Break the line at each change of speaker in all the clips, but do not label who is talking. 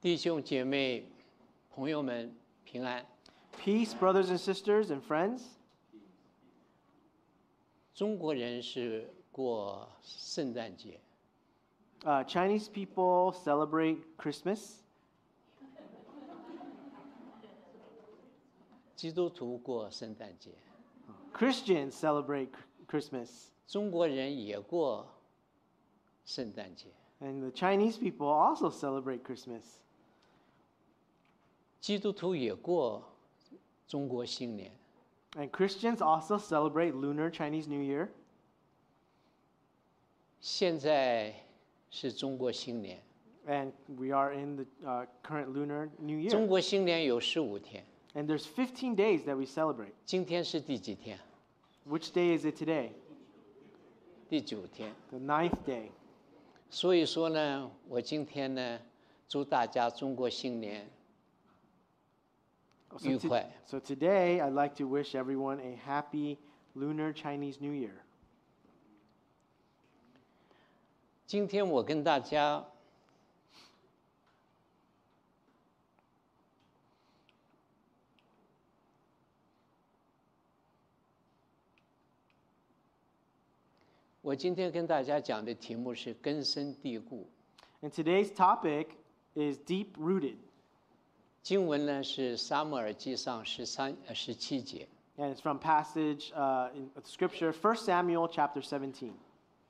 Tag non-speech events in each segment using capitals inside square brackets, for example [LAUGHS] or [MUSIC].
弟兄姐妹、朋友们平安。
Peace, brothers and sisters and friends.
中国人是过圣诞节，
Uh, Chinese people celebrate Christmas,
基督徒过圣诞节，
Christians celebrate Chr- Christmas,
中国人也过圣诞节。
and the Chinese people also celebrate Christmas.
基督徒也过中国新年。
And Christians also celebrate Lunar Chinese New Year.
现在是中国新年，
And we are in the uh, current Lunar New
中
Year.
国新年有十五天，
And there's 15 days that we celebrate.
今天是第几天？
Which day is it today?
第九天。
The ninth day.
所以说呢，我今天呢，祝大家中国新年
Oh, So, to-
愉快。
so today, I'd like to wish everyone a happy Lunar Chinese New Year.
今天我跟大家我今天跟大家讲的题目是根深蒂固，
And today's topic is deep rooted,
经文呢是撒母耳记上十三呃十七节，
and it's from passage uh, in of Scripture, 1 Samuel chapter 17.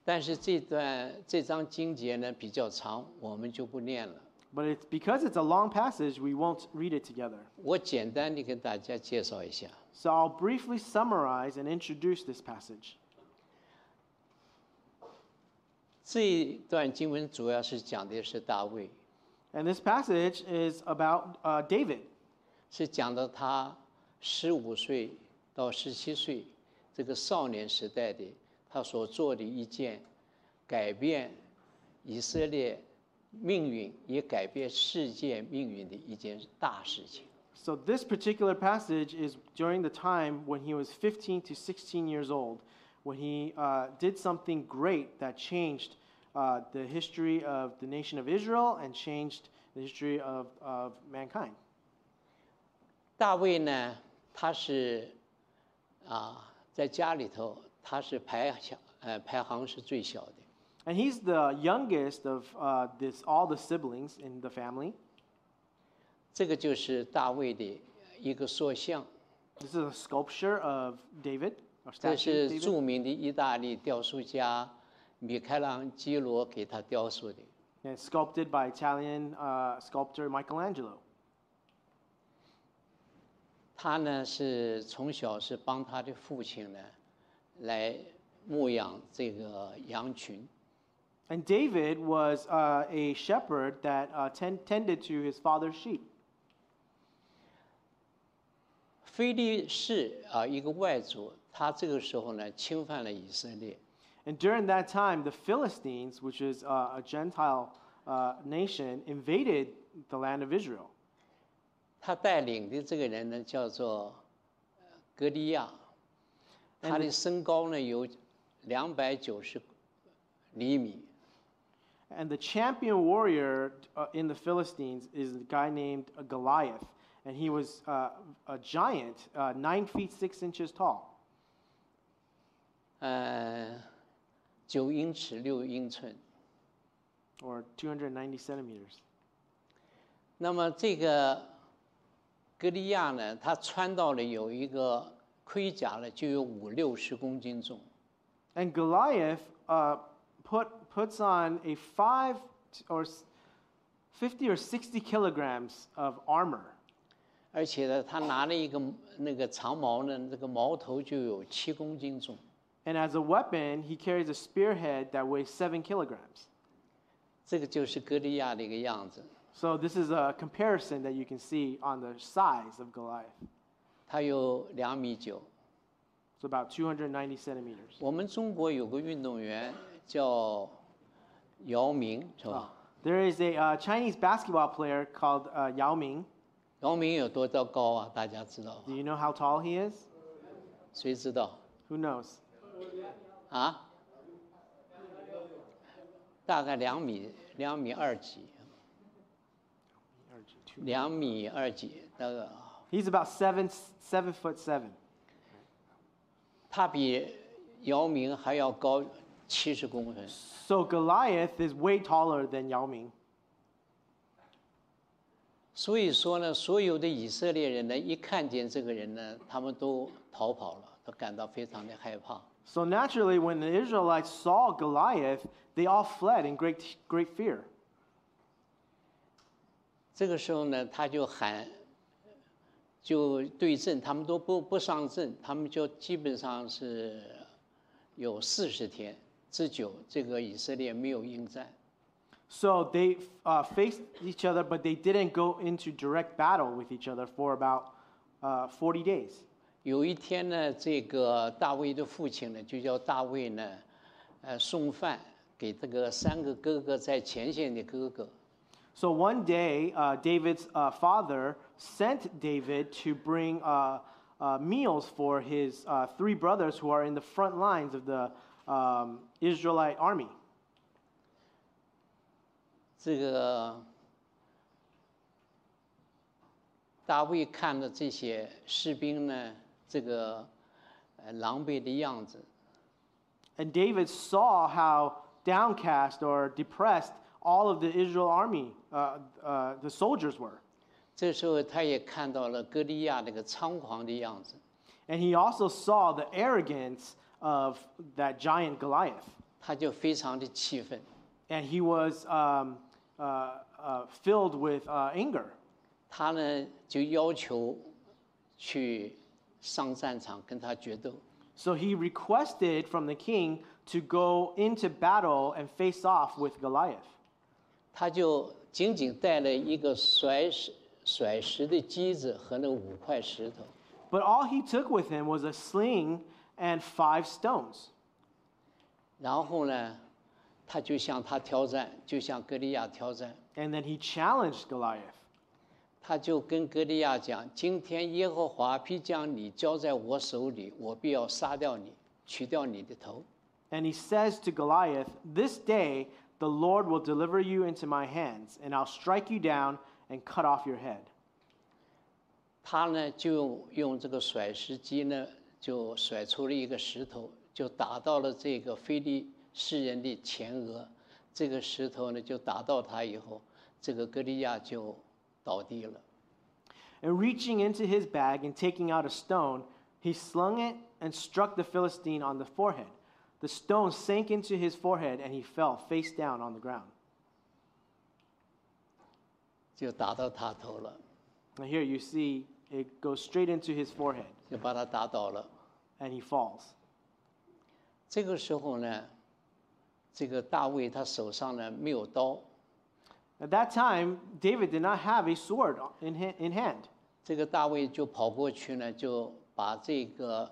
但是这段这章经节呢比较长，我们就不念了。
But it's because it's a long passage, we won't read it together.
我简单的跟大家介绍一下，
So I'll briefly summarize and introduce this passage.
这一段经文主要是讲的是大卫，
And this passage is about uh, David.
是讲到他十五岁到十七岁这个少年时代的他所做的一件改变以色列命运，也改变世界命运的一件大事情。
So this particular passage is during the time when he was 15 to 16 years old, when he uh, did something great that changed uh, the history of the nation of Israel and changed the history of, of mankind.
大卫呢，他是啊，在家里头他是排小呃排行是最小的，
And he's the youngest of uh, this all the siblings in the family.
这个就是大卫的一个塑像，
This is a sculpture of David, or
这
statue of
是
David.
著名的意大利雕塑家米开朗基罗给他雕塑的。
And it's sculpted by Italian uh, sculptor Michelangelo.
他呢是从小是帮他的父亲呢来牧养这个羊群，
And David was uh, a shepherd that uh, ten- tended to his father's sheep.
菲利士啊一个外族，他这个时候呢侵犯了以色列，
And during that time, the Philistines, which is uh, a Gentile uh, nation, invaded the land of Israel.
他带领的这个人呢叫做呃格利亚，他的身高呢有两百九十厘米，
And the champion warrior uh, in the Philistines is a guy named Goliath. And he was uh, a giant, uh, nine feet six inches tall,
呃，九英尺六英寸。
or 290 centimeters.
那么这个格利亚呢，他穿到了有一个盔甲呢，就有五六十公斤重。
And Goliath uh, put, puts on a five t- or s- 50 or 60 kilograms of armor.
而且呢，他拿了一个那个长矛呢，这个矛头就有七公斤重。
And as a weapon, he carries a spearhead that weighs seven kilograms.
这个就是格利亚的一个样子。
So this is a comparison that you can see on the size of Goliath.
他有两米九。
It's about 290 centimeters.
我们中国有个运动员叫姚明，是吧？
There is a uh, Chinese basketball player called uh, Yao Ming.
姚明有多高高啊？大家知道吗？
Do you know how tall he is?
谁知道？
Who knows?
啊？大概两米，两米二几。两米二几，那个
He's about seven seven foot seven.
他比姚明还要高七十公分。
So Goliath is way taller than Yao Ming.
所以说呢，所有的以色列人呢，一看见这个人呢，他们都逃跑了，都感到非常的害怕。
So naturally, when the Israelites saw Goliath, they all fled in great great fear.
这个时候呢，他就喊，就对阵，他们都不不上阵，他们就基本上是有四十天之久，这个以色列没有应战。
So they uh, faced each other, but they didn't go into direct battle with each other for about uh, 40 days.
有一天呢，这个大卫的父亲呢，就叫大卫呢，呃，送饭给这个三个哥哥在前线的哥哥。
So one day, uh, David's uh, father sent David to bring uh, uh, meals for his uh, three brothers who are in the front lines of the um, Israelite army.
这个大卫看着这些士兵呢，这个呃狼狈的样子，
And David saw how downcast or depressed all of the Israel army, uh, uh, the soldiers were.
这时候他也看到了歌利亚那个猖狂的样子，
And he also saw the arrogance of that giant Goliath.
他就非常的气愤。
And he was um, uh, uh, filled with uh, anger.
他呢就要求去上战场跟他决斗。
So he requested from the king to go into battle and face off with Goliath.
他就仅仅带了一个甩石甩石的机子和那五块石头。
But all he took with him was a sling and five stones.
然后呢，他就向他挑战，就向歌利亚挑战。
And then he challenged Goliath.
他就跟歌利亚讲：“今天耶和华必将你交在我手里，我必要杀掉你，取掉你的头。
And he says to Goliath, This day the Lord will deliver you into my hands, and I'll strike you down and cut off your head. ”
他呢，就用用这个甩石机呢，就甩出了一个石头，就打到了这个非利士人的前额。这个石头呢，就打到他以后，这个歌利亚就倒地了。
And reaching into his bag and taking out a stone, he slung it and struck the Philistine on the forehead. The stone sank into his forehead, and he fell face down on the ground.
就打到他头了，
Now, here you see it goes straight into his forehead,
就把他打倒了。
and he falls.
这个时候呢，这个大卫他手上呢没有刀，
At that time, David did not have a sword in, ha- in hand.
这个大卫就跑过去呢，就把这个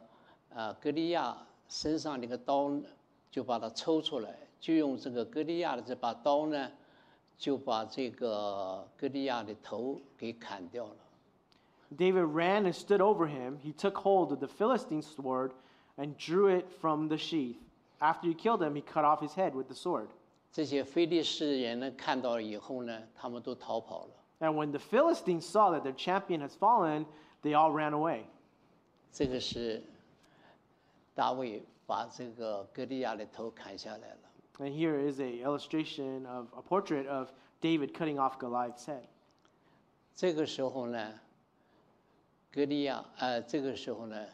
呃格利亚身上那个刀呢，就把它抽出来，就用这个格利亚的这把刀呢，就把这个格利亚的头给砍掉了。
David ran and stood over him. He took hold of the Philistine sword and drew it from the sheath. After he killed him, he cut off his head with the sword.
这些非利士人呢看到以后呢，他们都逃跑了。
And when the Philistines saw that their champion has fallen, they all ran away.
这个是大卫把这个格利亚的头砍下来了。
And here is a illustration of a portrait of David cutting off Goliath's head.
这个时候呢，格利亚，呃，这个时候呢，呃，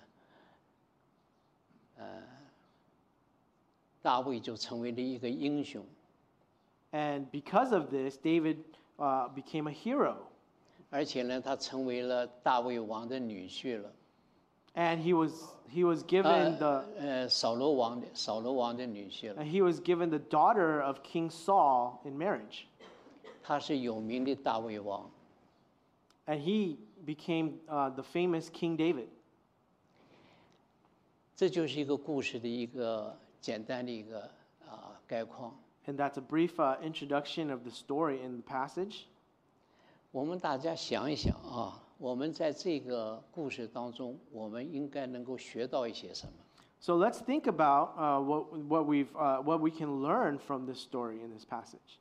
大卫就成为了一个英雄。
And because of this, David uh, became a hero.
而且呢，他成为了大卫王的女婿了，
And he was, he was given
呃
the
呃，扫罗王的扫罗王的女婿了。
and he was given the daughter of King Saul in marriage.
他是有名的大卫王。
And he became uh, the famous King David.
这就是一个故事的一个简单的一个啊、概况。
And that's a brief uh, introduction of the story in the passage.
我们大家想一想啊，我们在这个故事当中，我们应该能够学到一些什么？
So let's think about uh, what, what, we've, uh, what we can learn from this story in this passage.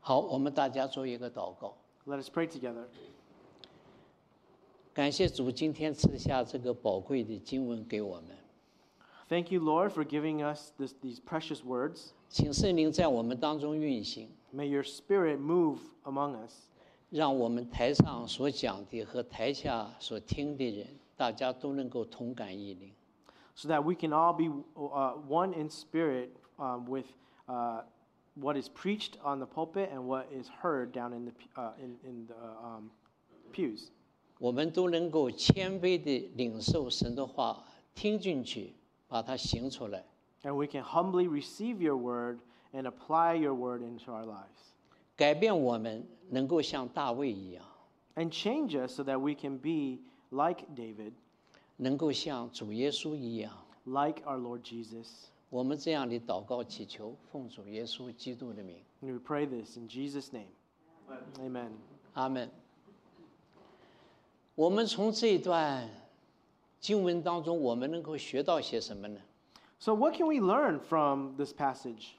好，我们大家做一个祷告，
Let us pray together.
感谢主今天赐下这个宝贵的经文给我们，
Thank you, Lord, for giving us this, these precious words.
请圣灵在我们当中运行，
May your spirit move among us,
让我们台上所讲的和台下所听的人，大家都能够同感一灵。
so that we can all be uh, one in spirit um, with uh, what is preached on the pulpit and what is heard down in the p- uh, in, in the uh, um, pews.
我们都能够谦卑地领受神的话，听进去，把它行出来。
And we can humbly receive your word and apply your word into our lives.
改变我们能够像大卫一样，
And change us so that we can be like David,
能够像主耶稣一样。
like our Lord Jesus.
我们这样的祷告祈求，奉主耶稣基督的名，
And we pray this in Jesus' name. Amen.
阿门。我们从这一段经文当中，我们能够学到些什么呢？
So, what can we learn from this passage?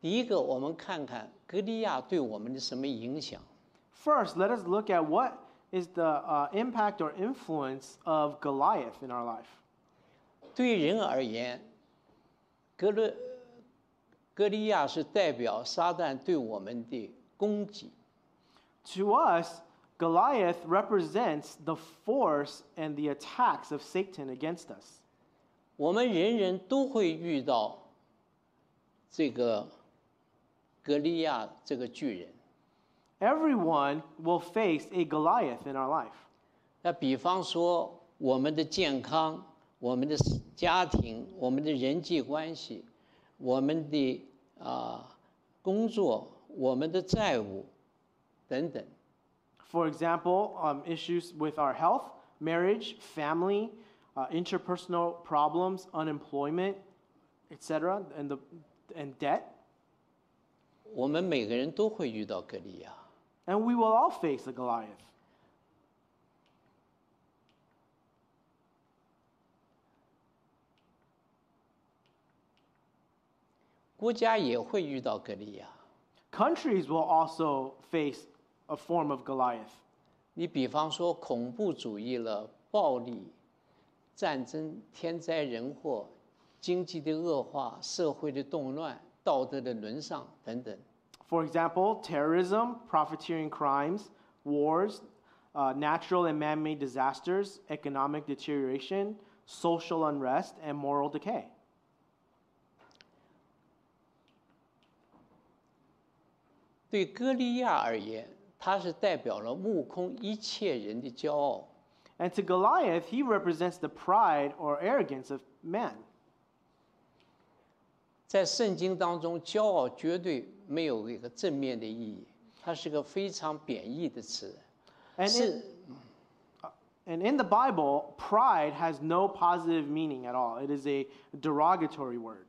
第一个，我们看看格利亚对我们的什么影响。
First, let us look at what is the uh, impact or influence of Goliath in our life.
对人而言，格勒格利亚是代表撒旦对我们的攻击。
To us, Goliath represents the force and the attacks of Satan against us.
我们人人都会遇到这个格利亚这个巨人。
Everyone will face a Goliath in our life.
那比方说，我们的健康、我们的家庭、我们的人际关系、我们的啊、工作、我们的债务等等。
For example, um, issues with our health, marriage, family, uh, interpersonal problems, unemployment, etc., and, the, and debt.
我们每个人都会遇到格利亚。
And we will all face a Goliath.
国家也会遇到格利亚。
Countries will also face a form of Goliath.
你比方说恐怖主义了、暴力、战争、天灾人祸、经济的恶化、社会的动乱、道德的沦丧等等。
For example, terrorism, profiteering crimes, wars, uh, natural and man made disasters, economic deterioration, social unrest, and moral decay.
对歌利亚而言，他是代表了目空一切人的骄傲。
And to Goliath, he represents the pride or arrogance of man.
在圣经当中，骄傲绝对没有一个正面的意义，它是个非常贬义的词。
And
是
in, and in the Bible, pride has no positive meaning at all, it is a derogatory word.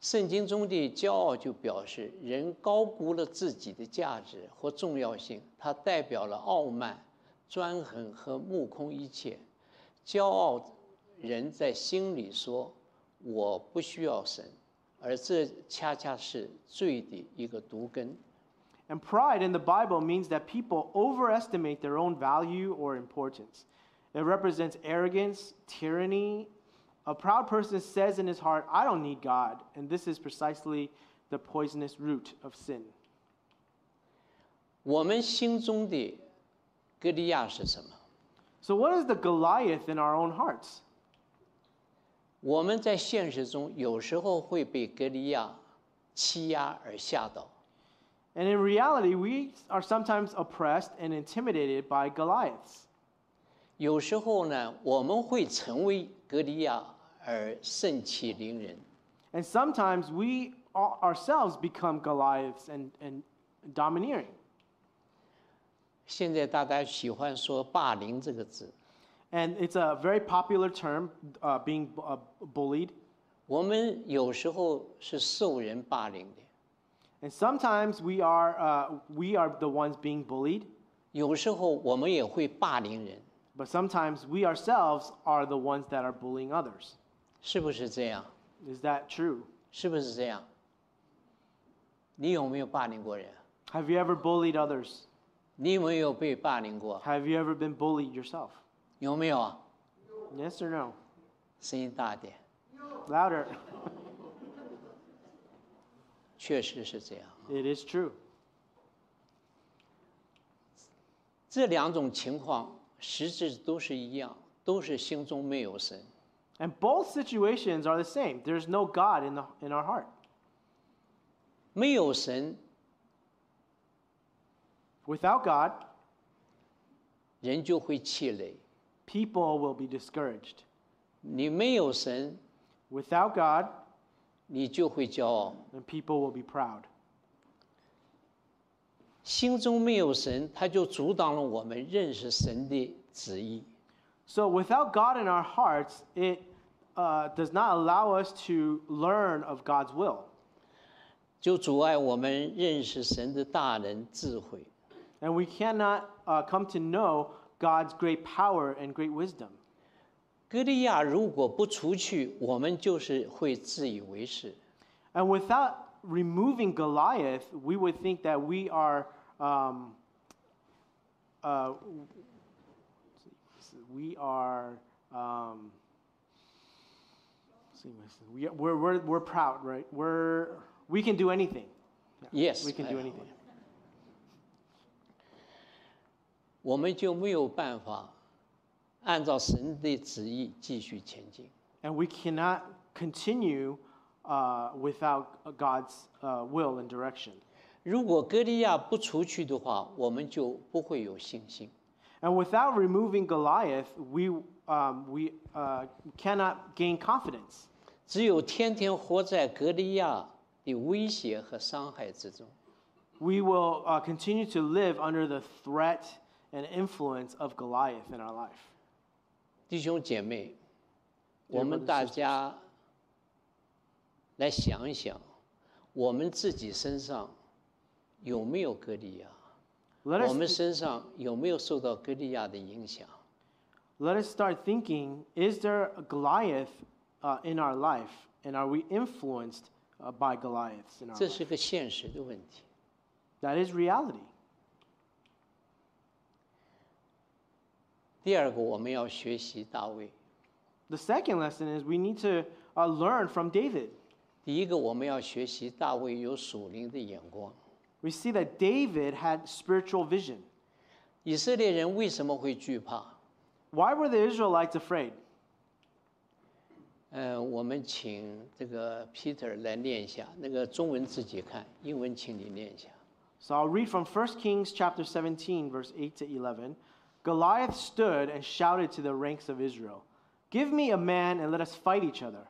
圣经中的骄傲就表示人高估了自己的价值和重要性，它代表了傲慢、专横和目空一切。骄傲人在心里说：“我不需要神”，而这恰恰是罪的一个毒根。
And pride in the Bible means that people overestimate their own value or importance. It represents arrogance, tyranny. A proud person says in his heart, I don't need God. And this is precisely the poisonous root of sin.
我们心中的歌利亚是什么？
So, what is the Goliath in our own hearts?
我们在现实中有时候会被歌利亚欺压而吓倒。
And in reality, we are sometimes oppressed and intimidated by Goliaths.
有时候呢，我们会成为格利亚而盛气凌人。
And sometimes we our- ourselves become Goliaths and, and domineering.
现在大家喜欢说“霸凌”这个字，
And it's a very popular term, uh, being bu- uh, bullied.
我们有时候是受人霸凌的，
And sometimes we are, uh, we are the ones being bullied,
有时候我们也会霸凌人，
but sometimes we ourselves are the ones that are bullying others.
是不是这样？
Is that true?
是不是这样？你有没有霸凌过人？
Have you ever bullied others?
你有没有被霸凌过？
Have you ever been bullied yourself?
有没有啊？
Yes or no?
声音大点，
Louder.
确实是这样。
It is true.
这两种情况实质都是一样，都是心中没有神。
And both situations are the same. There's no God in, the, in our heart.
没有神，
Without God,
人就会气馁；
people will be discouraged.
你没有神，
Without God,
你就会骄傲。
then people will be proud.
心中没有神，他就阻挡了我们认识神的旨意。
So without God in our hearts, it uh, does not allow us to learn of God's will.
就阻碍我们认识神的大能智慧。
And we cannot uh, come to know God's great power and great wisdom.
歌利亚如果不除去，我们就是会自以为是。
And without removing Goliath, we would think that we are, um, uh, we are, um, let's see, let's see. we, we're, we're, we're proud, right? We're, we can do anything.
Yes，
We can
哎
do anything.
我们就没有办法按照神的旨意继续前进。
And we cannot continue uh, without God's uh, will and direction.
如果歌利亚不除去的话，我们就不会有信心。
And without removing Goliath, we, um, we uh, cannot gain confidence.
只有天天活在歌利亚的威胁和伤害之中，
We will uh, continue to live under the threat and influence of Goliath in our life.
弟兄姐妹，
Dear
我
brothers
们
and
大家来想一想，我们自己身上有没有歌利亚？
Let
我们
us,
身上有没有受到歌利亚的影响？
let us start thinking is there a Goliath uh, in our life? And are we influenced uh, by Goliaths in our
这
life?
是个现实的问题。
That is reality.
第二个，我们要学习大卫；
The second lesson is we need to uh, learn from David.
第一个，我们要学习大卫有属灵的眼光。
We see that David had spiritual vision.
以色列人为什么会惧怕？
Why were the Israelites afraid?
呃，我们请这个 Peter 来念一下，那个中文自己看，英文请你念一下。
So I'll read from 1 Kings chapter 17 verse 8 to 11. Goliath stood and shouted to the ranks of Israel, "Give me a man and let us fight each other."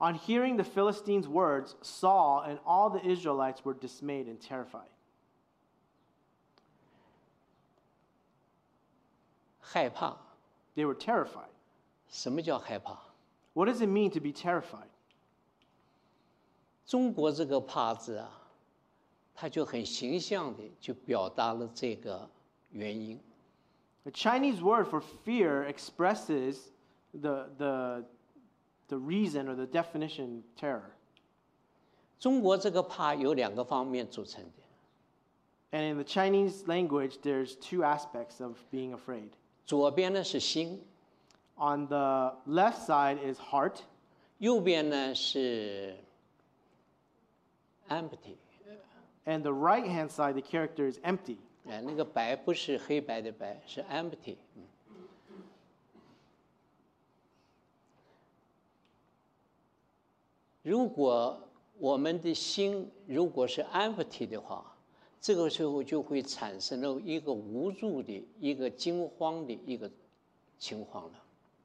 On hearing the Philistines' words, Saul and all the Israelites were dismayed and terrified.
害怕，
They were terrified.
什么叫害怕？
What does it mean to be terrified?
中国这个“怕”字啊，它就很形象的就表达了这个原因。
The Chinese word for fear expresses the, the, the reason or the definition terror.
中国这个“怕”有两个方面组成的，
And in the Chinese language, there's two aspects of being afraid.
左边呢是心，
On the left side is heart,
右边呢是 empty。
and the right hand side, the character is empty.
哎，那个白不是黑白的白，是 empty。嗯如果我们的心如果是 empty 的话，这个时候就会产生了一个无助的、一个惊慌的一个情况了。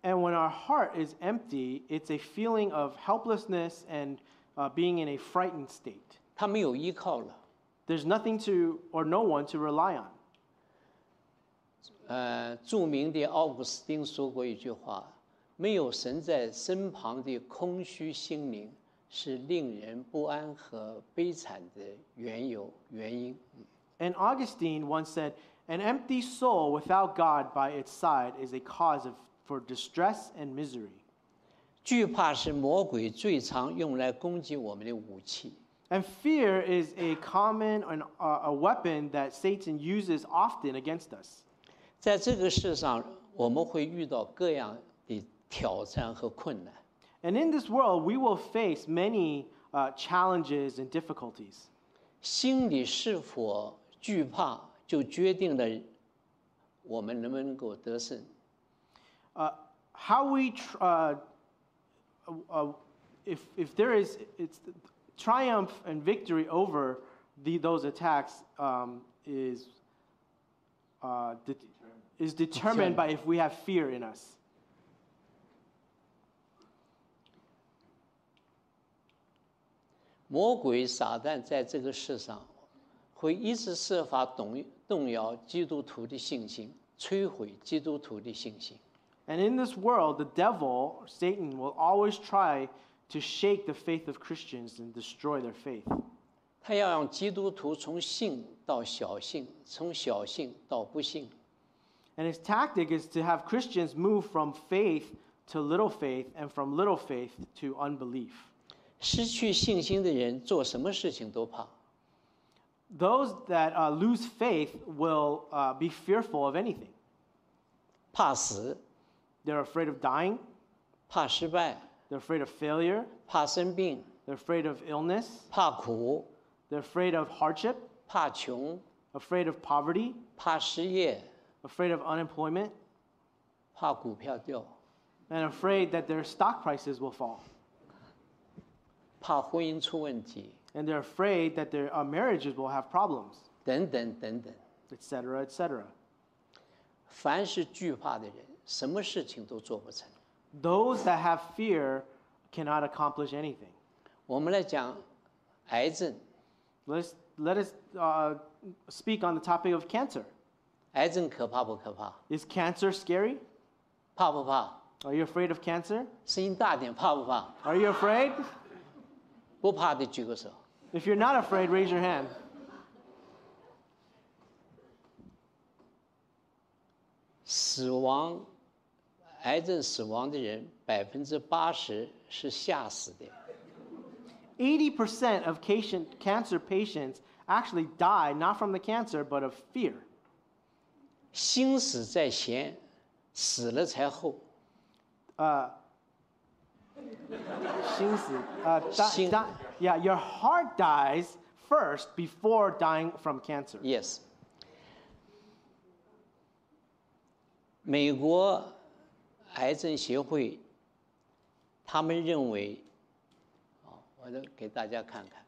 And when our heart is empty, it's a feeling of helplessness and uh, being in a frightened state.
他没有依靠了，
There's nothing to or no one to rely on.
呃，著名的奥古斯丁说过一句话：“没有神在身旁的空虚心灵，是令人不安和悲惨的缘由原因。
And Augustine once said, An empty soul without God by its side is a cause of, for distress and misery. ”
惧怕是魔鬼最常用来攻击我们的武器。
And fear is a common and uh, a weapon that Satan uses often against us.
在这个世上，我们会遇到各样的挑战和困难。
And in this world, we will face many uh, challenges and difficulties.
心里是否惧怕，就决定了我们能不能够得胜。
Uh, how we, tr- uh, uh, if, if there is, it's triumph and victory over the, those attacks um, is, uh, de- is determined
Determined.
by if we have fear in us.
魔鬼撒旦在这个世上，会一直设法动动摇基督徒的信心，摧毁基督徒的信心。
And in this world, the devil, or Satan, will always try to shake the faith of Christians and destroy their faith.
他要让基督徒从信到小信，从小信到不信。
And his tactic is to have Christians move from faith to little faith and from little faith to unbelief.
失去信心的人做什么事情都怕，
Those that uh, lose faith will uh, be fearful of anything.
怕死，
They're afraid of dying,
怕失败，
they're afraid of failure,
怕生病，
they're afraid of illness,
怕苦，
they're afraid of hardship,
怕穷，
afraid of poverty,
怕失业，
afraid of unemployment,
怕股票掉，
and afraid that their stock prices will fall.
怕婚姻出问题，
and they're afraid that their uh, marriages will have problems,
等等等等。
etc., etc.
凡是惧怕的人，什么事情都做不成。
Those that have fear cannot accomplish anything.
我们来讲癌症，
Let's, let us uh, speak on the topic of cancer.
癌症可怕不可怕？
Is cancer scary?
怕不怕？
Are you afraid of cancer?
声音大点，怕不怕？
Are you afraid? [LAUGHS]
不怕的举个手。
If you're not afraid, raise your hand.
死亡，癌症死亡的人百分之八十是吓死的，
80% of patient, cancer patients actually die not from the cancer, but of fear.
心死在前，死了才后。
uh, [LAUGHS] 心死, uh, di-
心-
di- yeah, your heart dies first before dying from cancer.
Yes。美国癌症协会，他们认为，哦，我来给大家看看。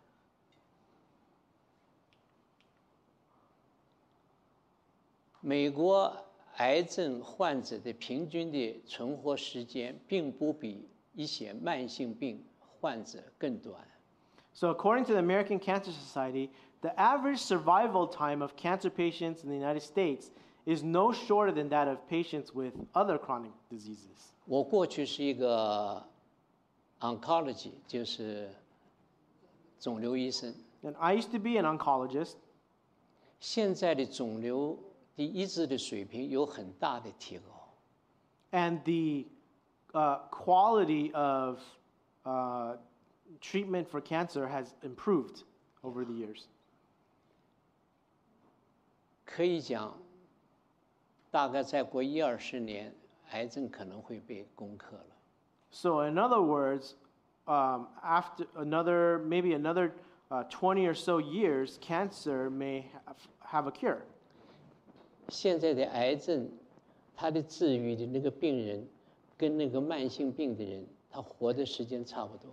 美国癌症患者的平均的存活时间，并不比一些慢性病患者更短。
So, according to the American Cancer Society, the average survival time of cancer patients in the United States is no shorter than that of patients with other chronic diseases.
我过去是一个 oncology，就是肿瘤医生。
And I used to be an oncologist.
现在的肿瘤的医治的水平有很大的提高，
and the uh, quality of uh, treatment for cancer has improved over the years.
可以讲，大概再过一二十年，癌症可能会被攻克了。
So, in other words, um, after another maybe another uh, 20 or so years, cancer may have, have a cure.
现在的癌症，它的治愈的那个病人，跟那个慢性病的人，他活的时间差不多。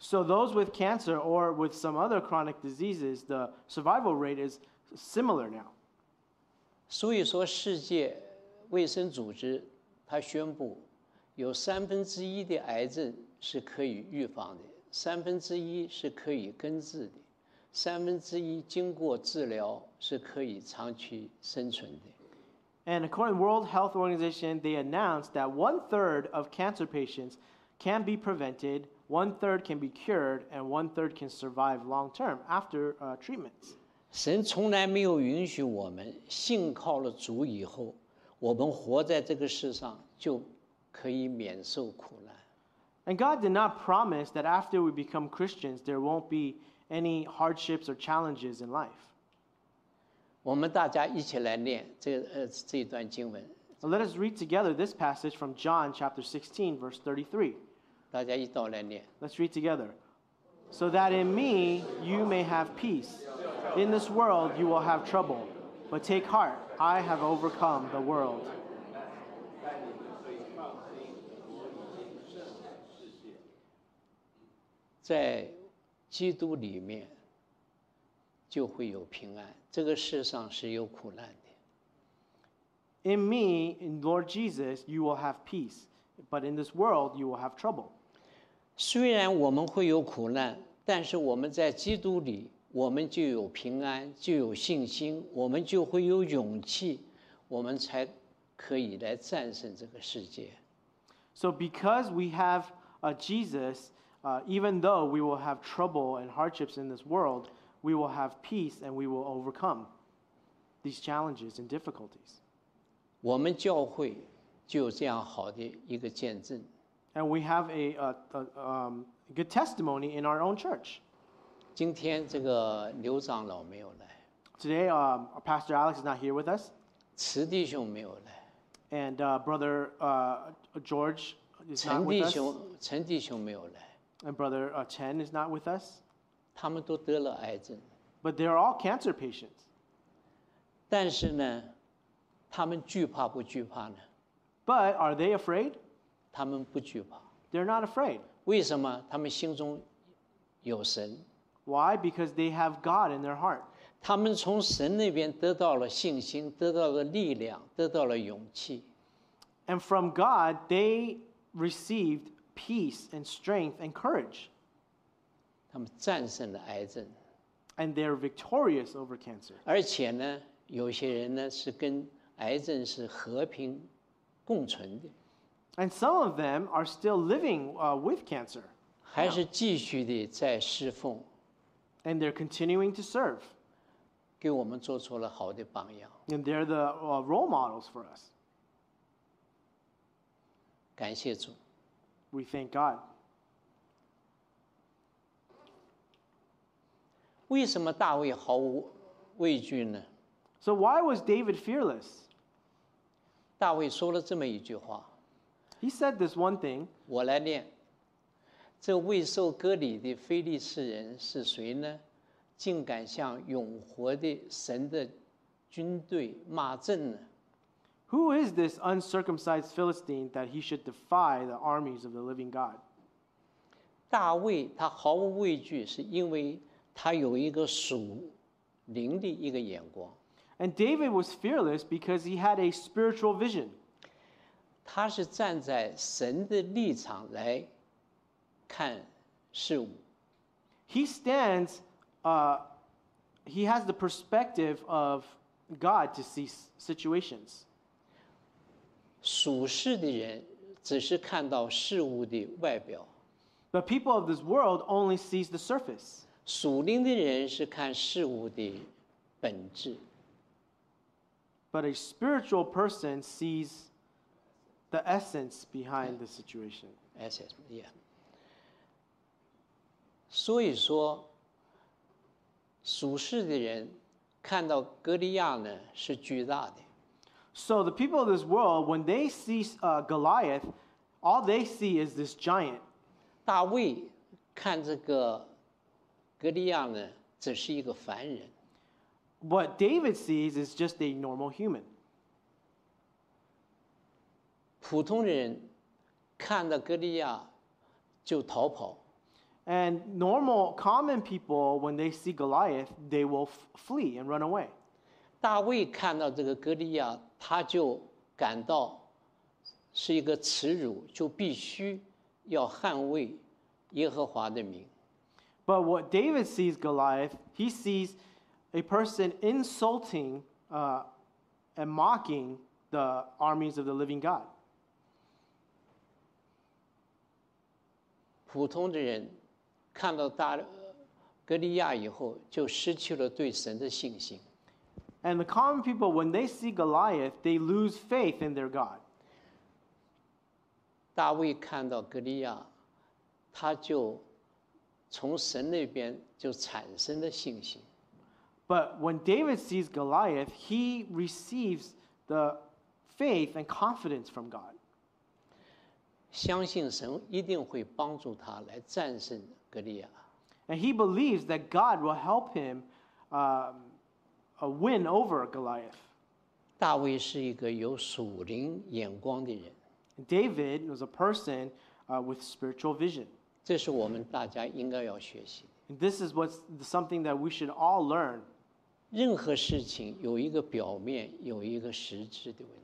So, those with cancer or with some other chronic diseases, the survival rate is similar now.
所以说，世界卫生组织它宣布，有三分之一的癌症是可以预防的，三分之一是可以根治的，三分之一经过治疗是可以长期生存的。
And according to the World Health Organization, they announced that one third of cancer patients can be prevented, one third can be cured, and one third can survive long term after uh, treatments.
神从来没有允许我们信靠了主以后，我们活在这个世上就可以免受苦难。
And God did not promise that after we become Christians, there won't be any hardships or challenges in life.
我们大家一起来念这呃这一段经文，
So let us read together this passage from John chapter 16, verse 33.
大家一道来念。
Let's read together. So that in me you may have peace. In this world you will have trouble, but take heart, I have overcome the world.
在基督里面就会有平安。这个世上是有苦难的，
In me, in Lord Jesus, you will have peace, but in this world you will have trouble.
虽然我们会有苦难，但是我们在基督里，我们就有平安，就有信心，我们就会有勇气，我们才可以来战胜这个世界。
So because we have uh, Jesus, uh, even though we will have trouble and hardships in this world, we will have peace and we will overcome these challenges and difficulties.
我们教会就有这样好的一个见证。
And we have a, a, a um, good testimony in our own church.
今天这个刘长老没有来，
Today, um, Pastor Alex is not here with us,
池弟兄没有来，
and uh, Brother uh, George is
陈
not with
弟
us,
兄陈弟兄没有来，
and Brother uh, Chen is not with us.
他们都得了癌症，
But they're all cancer patients.
但是呢，他们惧怕不惧怕呢？
But are they afraid?
他们不惧怕。
They're not afraid.
为什么他们心中有神？
Why? Because they have God in their heart.
他们从神那边得到了信心，得到了力量，得到了勇气。
And from God, they received peace and strength and courage,
他们战胜了癌症，
and they're victorious over cancer.
而且呢，有些人呢是跟癌症是和平共存的，
And some of them are still living uh, with cancer,
还是继续的在侍奉，
and they're continuing to serve.
给我们做出了好的榜样。
And they're the uh, role models for us.
感谢主。
We thank God.
为什么大卫毫无畏惧呢？
So, why was David fearless?
大卫说了这么一句话，
He said this one thing
我来念。这未受割礼的非利士人是谁呢？竟敢向永活的神的军队骂阵呢？
Who is this uncircumcised Philistine that he should defy the armies of the living God?
大卫他毫无畏惧，是因为他有一个属灵的一个眼光，
And David was fearless because he had a spiritual vision.
他是站在神的立场来看事物。
He stands, uh, he has the perspective of God to see s- situations.
属世的人只是看到事物的外表，
The people of this world only sees the surface.
属灵的人是看事物的本质。
But a spiritual person sees the essence behind the situation.
S S E。所以说，属世的人看到格利亚呢是巨大的，
So the people of this world, when they see uh, Goliath, all they see is this giant.
大卫看这个格利亚呢只是一个凡人，
What David sees is just a normal human.
普通人看到格利亚就逃跑，
And normal, common people, when they see Goliath, they will f- flee and run away.
大卫看到这个格利亚，他就感到是一个耻辱，就必须要捍卫耶和华的名。
But what David sees Goliath, he sees a person insulting uh, and mocking the armies of the living God.
普通的人看到大格利亚以后，就失去了对神的信心。
And the common people, when they see Goliath, they lose faith in their God.
大卫看到格利亚，他就从神那边就产生了信心。
But when David sees Goliath, he receives the faith and confidence from God.
相信神一定会帮助他来战胜格利亚。
And he believes that God will help him um, uh, win over Goliath.
大卫是一个有属灵眼光的人，
David was a person uh, with spiritual vision.
这是我们大家应该要学习的。
And this is what's something that we should all learn.
任何事情有一个表面，有一个实质的问题。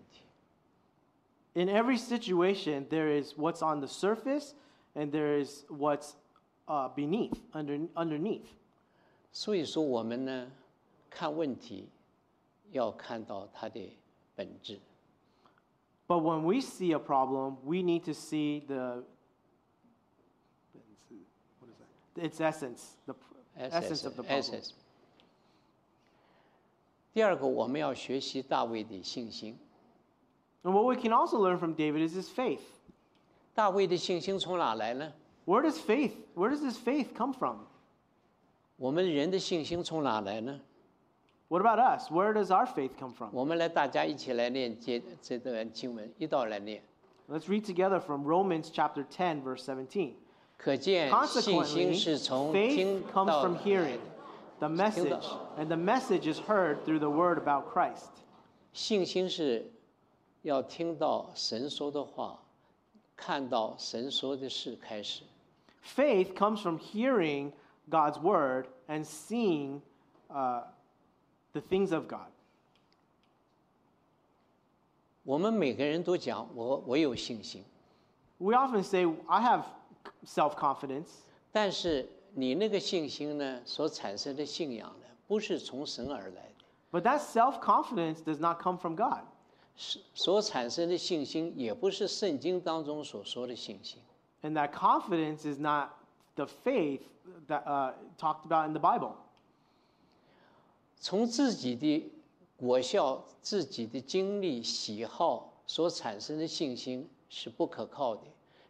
In every situation, there is what's on the surface and there is what's uh, beneath, under, underneath.
所以说，我们呢看问题要看到它的本质。
But when we see a problem, we need to see the what is that? Its essence, the pr- essence of the problem.
SS。第二个，我们要学习大卫的信心。
And what we can also learn from David is his faith.
大卫的信心从哪来呢？
Where does faith? Where does this faith come from?
我们人的信心从哪来呢？
What about us? Where does our faith come from?
我们来，大家一起来念这这段经文，一道来念。
Let's read together from Romans chapter 10, verse 17.
可见信心
Consequently,
是从
faith
听
comes
到
from
的
hearing the message,
到-
and the message is heard through the word about Christ.
信心是要听到神说的话，看到神说的事开始。
Faith comes from hearing God's word and seeing uh, the things of God.
我们每个人都讲我我有信心，
We often say, I have self confidence,
但是你那个信心呢，所产生的信仰呢，不是从神而来的，
but that self confidence does not come from God.
是所产生的信心也不是圣经当中所说的信心。
And that confidence is not the faith that uh, talked about in the Bible.
从自己的果效、自己的经历、喜好所产生的信心是不可靠的，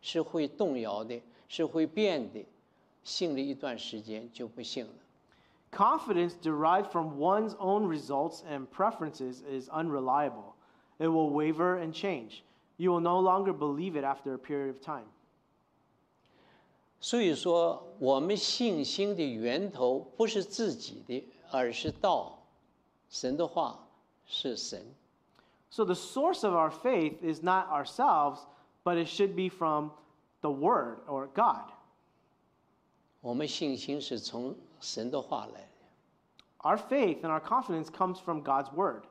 是会动摇的，是会变的。信了一段时间就不信了。
Confidence derived from one's own results and preferences is unreliable. It will waver and change. You will no longer believe it after a period of time.
所以说，我们信心的源头不是自己的，而是道，神的话是神。
So the source of our faith is not ourselves, but it should be from the Word or God.
我们信心是从神的话来的。
Our faith and our confidence comes from God's Word.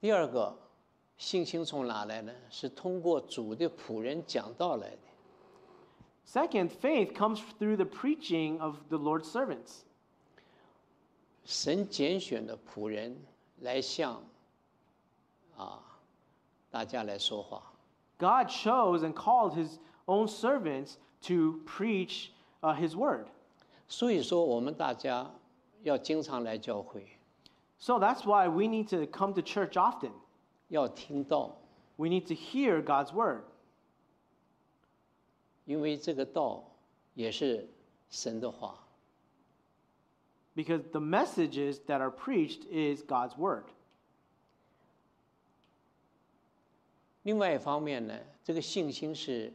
第二个，信心从哪来呢？是通过主的仆人讲道来的。
Second, faith comes through the preaching of the Lord's servants.
神拣选的仆人来向啊大家来说话。
God chose and called His own servants to preach uh, His Word.
所以说，我们大家要经常来教会，
So that's why we need to come to church often.
要听道，
We need to hear God's Word
因为这个道也是神的话。
because the messages that are preached is God's Word.
另外一方面呢，这个信心是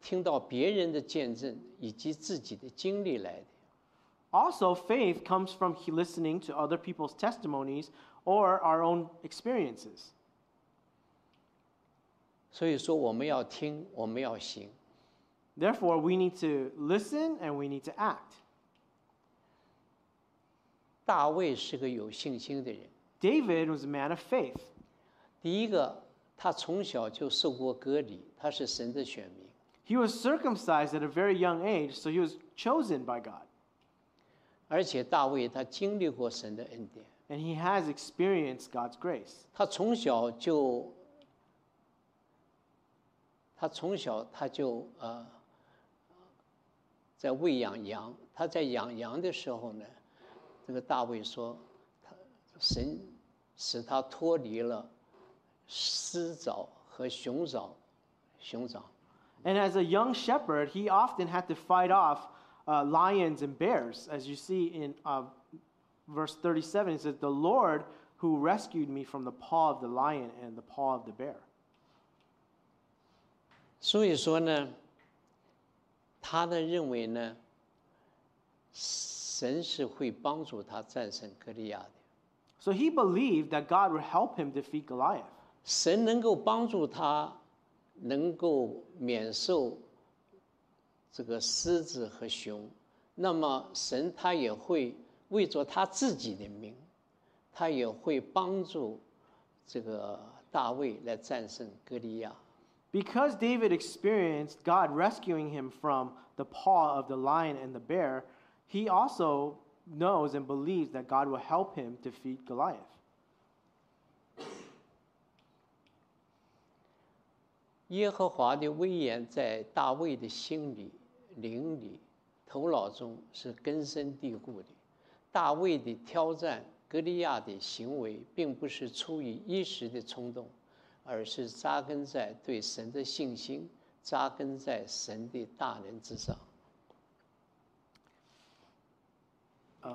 听到别人的见证以及自己的经历来的。
Also, faith comes from he- listening to other people's testimonies or our own experiences.
所以说，我们要听，我们要行。
Therefore, we need to listen and we need to act.
大卫是个有信心的人。
David was a man of faith.
第一个，他从小就受过割礼，他是神的选民。
He was circumcised at a very young age, so he was chosen by God,
而且大卫他经历过神的恩典，
and he has experienced God's grace.
他从小就，他从小他就呃，在喂养羊。他在养羊的时候呢，这个大卫说，他神使他脱离了狮爪和熊爪，熊掌。
And as a young shepherd, he often had to fight off uh, lions and bears. As you see in uh, verse 37, it says, The Lord who rescued me from the paw of the lion and the paw of the bear.
所以说呢，他的认为呢，神是会帮助他战胜歌利亚的，
So he believed that God would help him defeat Goliath.
神能够帮助他，能够免受这个狮子和熊，那么神他也会为着他自己的名，他也会帮助这个大卫来战胜歌利亚。
Because David experienced God rescuing him from the paw of the lion and the bear, he also knows and believes that God will help him defeat Goliath.
耶和华的威严在大卫的心里、灵里、头脑中是根深蒂固的。大卫的挑战格利亚的行为，并不是出于一时的冲动，而是扎根在对神的信心，扎根在神的大能之上。
Uh,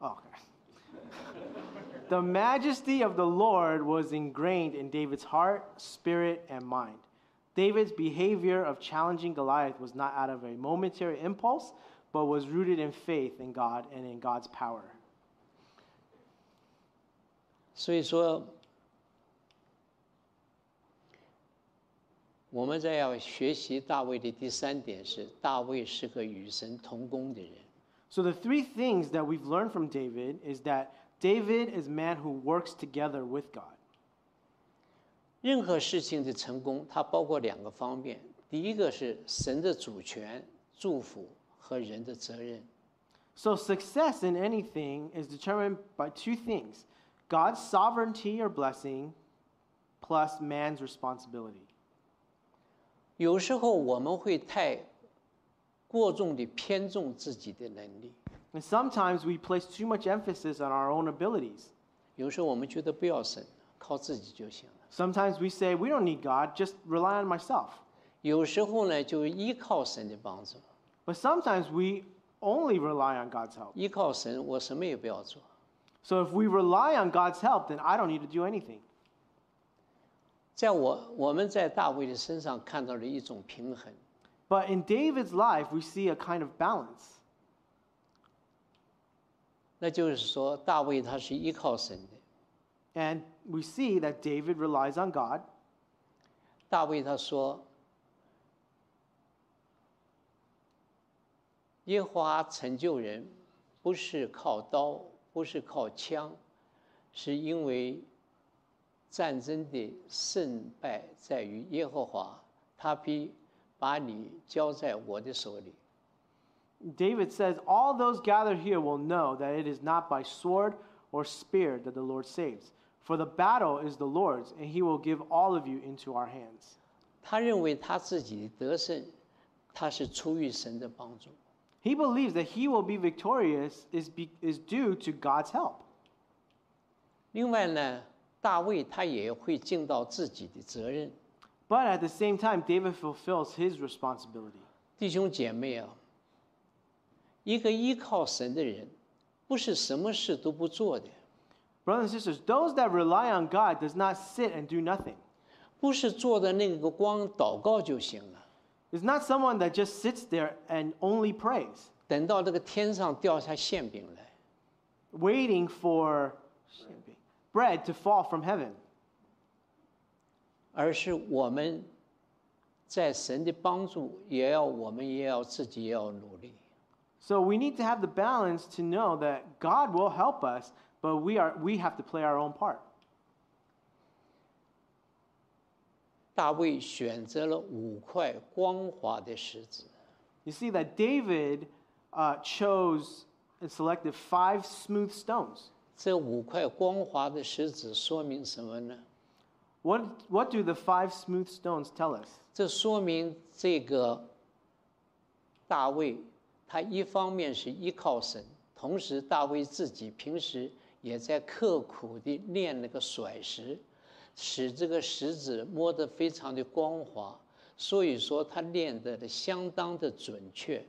oh, okay. [LAUGHS] the majesty of the Lord was ingrained in David's heart, spirit, and mind. David's behavior of challenging Goliath was not out of a momentary impulse, but was rooted in faith in God and in God's power.
所以说，我们在要学习大卫的第三点是，大卫是个与神同工的人。
So the three things that we've learned from David is that David is a man who works together with God.
任何事情的成功，它包括两个方面：第一个是神的主权、祝福和人的责任；
So success in anything is determined by two things: God's sovereignty or blessing plus man's responsibility.
有时候我们会太过重的偏重自己的能力，
And sometimes we place too much emphasis on our own abilities.
有时候我们觉得不要神，靠自己就行了；
Sometimes we say we don't need God, just rely on myself.
有时候呢，就依靠神的帮助，
But sometimes we only rely on God's help.
依靠神，我什么也不要做。
So if we rely on God's help, then I don't need to do anything.
在我我们在大卫的身上看到了一种平衡，
But in David's life, we see a kind of balance.
那就是说大卫他是依靠神的，
And we see that David relies on God.
大卫他说：“耶和华成就人，不是靠刀，不是靠枪，是因为战争的胜败在于耶和华，他必把你交在我的手里。
David says, All those gathered here will know that it is not by sword or spear that the Lord saves, for the battle is the Lord's, and he will give all of you into our hands. ”
他认为他自己的得胜，他是出于神的帮助。
He believes that he will be victorious is, be, is due to God's help.
另外呢，大卫他也会尽到自己的责任。
But at the same time, David fulfills his responsibility.
弟兄姐妹啊，一个依靠神的人，不是什么事都不做的，
Brothers and sisters, those that rely on God does not sit and do nothing.
不是做的那个光祷告就行了，
It's not someone that just sits there and only prays.
等到这个天上掉下馅饼来。
waiting for bread to fall from heaven.
而是我们在神的帮助，也要我们也要自己也要努力。
So we need to have the balance to know that God will help us, but we, are, we have to play our own part.
大卫选择了五块光滑的石子，
You see that David uh, chose and selected five smooth stones.
这五块光滑的石子说明什么呢？
What, what do the five smooth stones tell us?
这说明这个大卫，他一方面是依靠神，同时大卫自己平时也在刻苦地练那个甩石，使这个石子摸得非常的光滑，所以说他练得的相当的准确。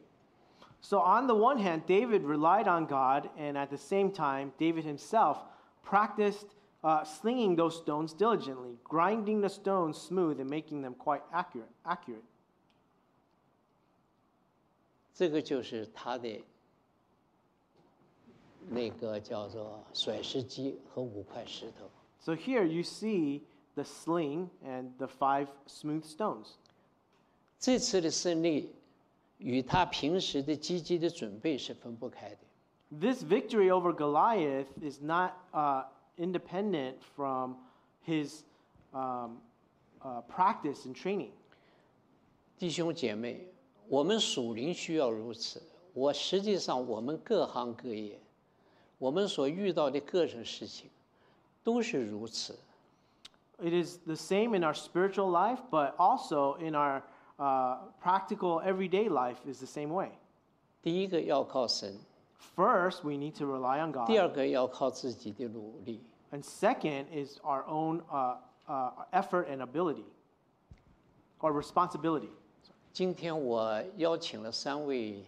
So, on the one hand, David relied on God, and at the same time, David himself practiced uh, slinging those stones diligently, grinding the stones smooth and making them quite accurate. accurate.
这个就是他的那个叫做甩石机和五块石头。
So, here you see the sling and the five smooth stones.
这次的胜利与他平时的积极的准备是分不开的。
This victory over Goliath is not uh, independent from his um, uh, practice and training.
弟兄姐妹，我们属灵需要如此。我实际上，我们各行各业，我们所遇到的各种事情，都是如此。
It is the same in our spiritual life, but also in our uh, practical everyday life is the same way.
第一个要靠神，
First, we need to rely on
第
God,
二个要靠自己的努力。
and second is our own uh, uh, effort and ability or responsibility.
今天我邀请了三位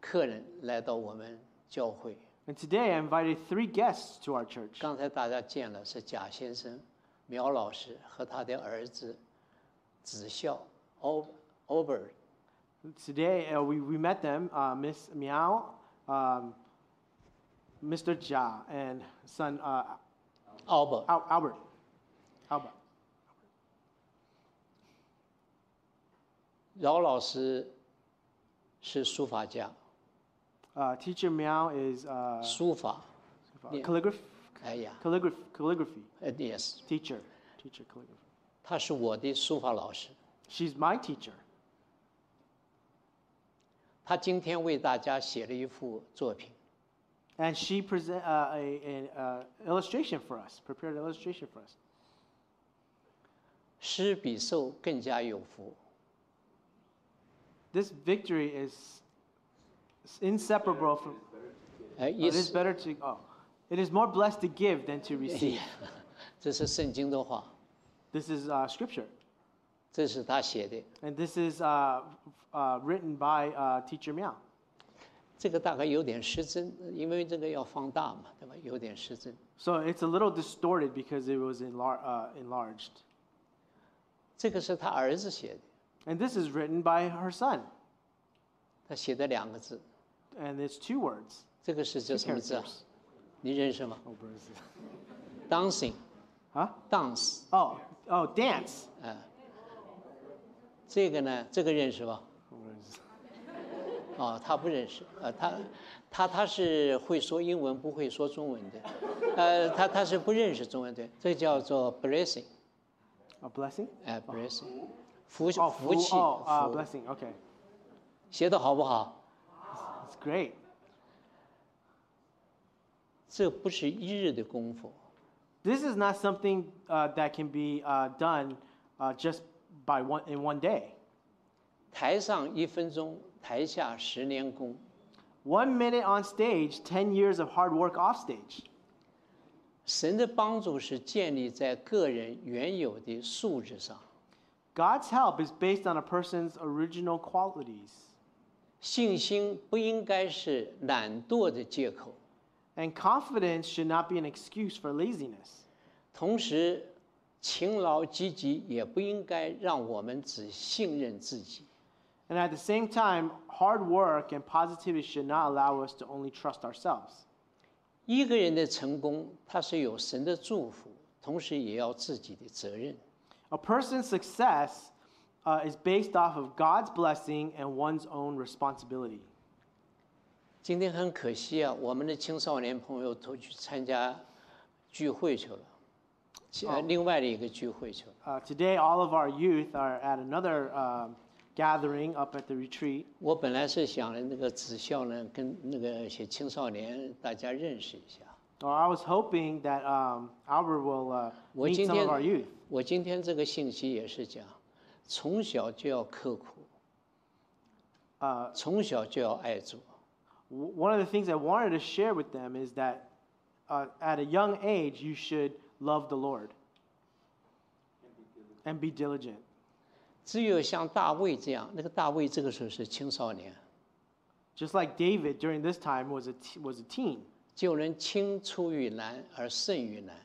客人来到我们教会。
And today, I invited three guests to our church.
刚才大家见了是贾先生、苗老师和他的儿子子孝 O Albert。
Today, uh, we, we met them, uh, Miss Miao, um, Mr. Jia, and son uh,
Albert，
Al- Albert. Albert.
饶老师是书法家，
Uh, teacher Miao is uh,
书法，Yeah.
calligraph,
哎呀，
calligraph, calligraphy
呃，yes，
teacher. Teacher calligraphy.
他是我的书法老师。
She's my teacher.
他今天为大家写了一幅作品，
And she present uh, a, an uh, illustration for us, prepared an illustration for us.
施比受更加有福。
This victory is inseparable from.
哎，
Oh,
意
it is
思，
better to. Oh, it is more blessed to give than
[LAUGHS]
to receive.
这是圣经的话，
This is uh, scripture,
这是他写的。
and this is uh, uh, written by uh, Teacher Miao.
这个大概有点失真，因为这个要放大嘛，对吧？有点失真。
So it's a little distorted because it was enlar- uh, enlarged,
这个是他儿子写的，
and this is written by her son,
他写的两个字，
and it's two words.
这个是叫
Two
什么字啊？
characters.
你认识吗
Oh, where is it?
？Dancing
huh?
dance，
Oh, oh, dance.
这个呢，这个认识吧？
Where is it?
哦，他不认识，呃，他他他是会说英文，不会说中文的，呃，他他是不认识中文的，这叫做 blessing，
A blessing.
哎、b l e s s i n g 福
Oh,
福
fu-
气，
oh, uh,
福
blessing. Okay,
写的好不好？
it's great.
这不是一日的功夫，
This is not something uh, that can be uh, done uh, just by one in one day.
台上一分钟，台下十年功。
One minute on stage, ten years of hard work off stage.
神的帮助是建立在个人原有的素质上，
God's help is based on a person's original qualities,
信心不应该是懒惰的借口。
and confidence should not be an excuse for laziness.
同时，勤劳积极也不应该让我们只信任自己。
And at the same time, hard work and positivity should not allow us to only trust ourselves.
一个人的成功，他是有神的祝福，同时也要自己的责任。
A person's success uh, is based off of God's blessing and one's own responsibility.
今天很可惜啊，我们的青少年朋友都去参加聚会去了，其呃另外的一个聚会去了。
Uh, today, all of our youth are at another um, gathering up at the retreat.
我本来是想着那个子孝呢，跟那个些青少年大家认识一下。
Or I was hoping that um, Albert will uh,
我
meet
今
some
天
of our youth.
我今天这个信息也是讲，从小就要刻苦，
Uh,
从小就要爱主。
w- one of the things I wanted to share with them is that uh, at a young age, you should love the Lord and be diligent.
只有像大卫这样，那个大卫这个时候是青少年，
Just like David during this time was a, t- was a teen.
就能青出于蓝而胜于蓝。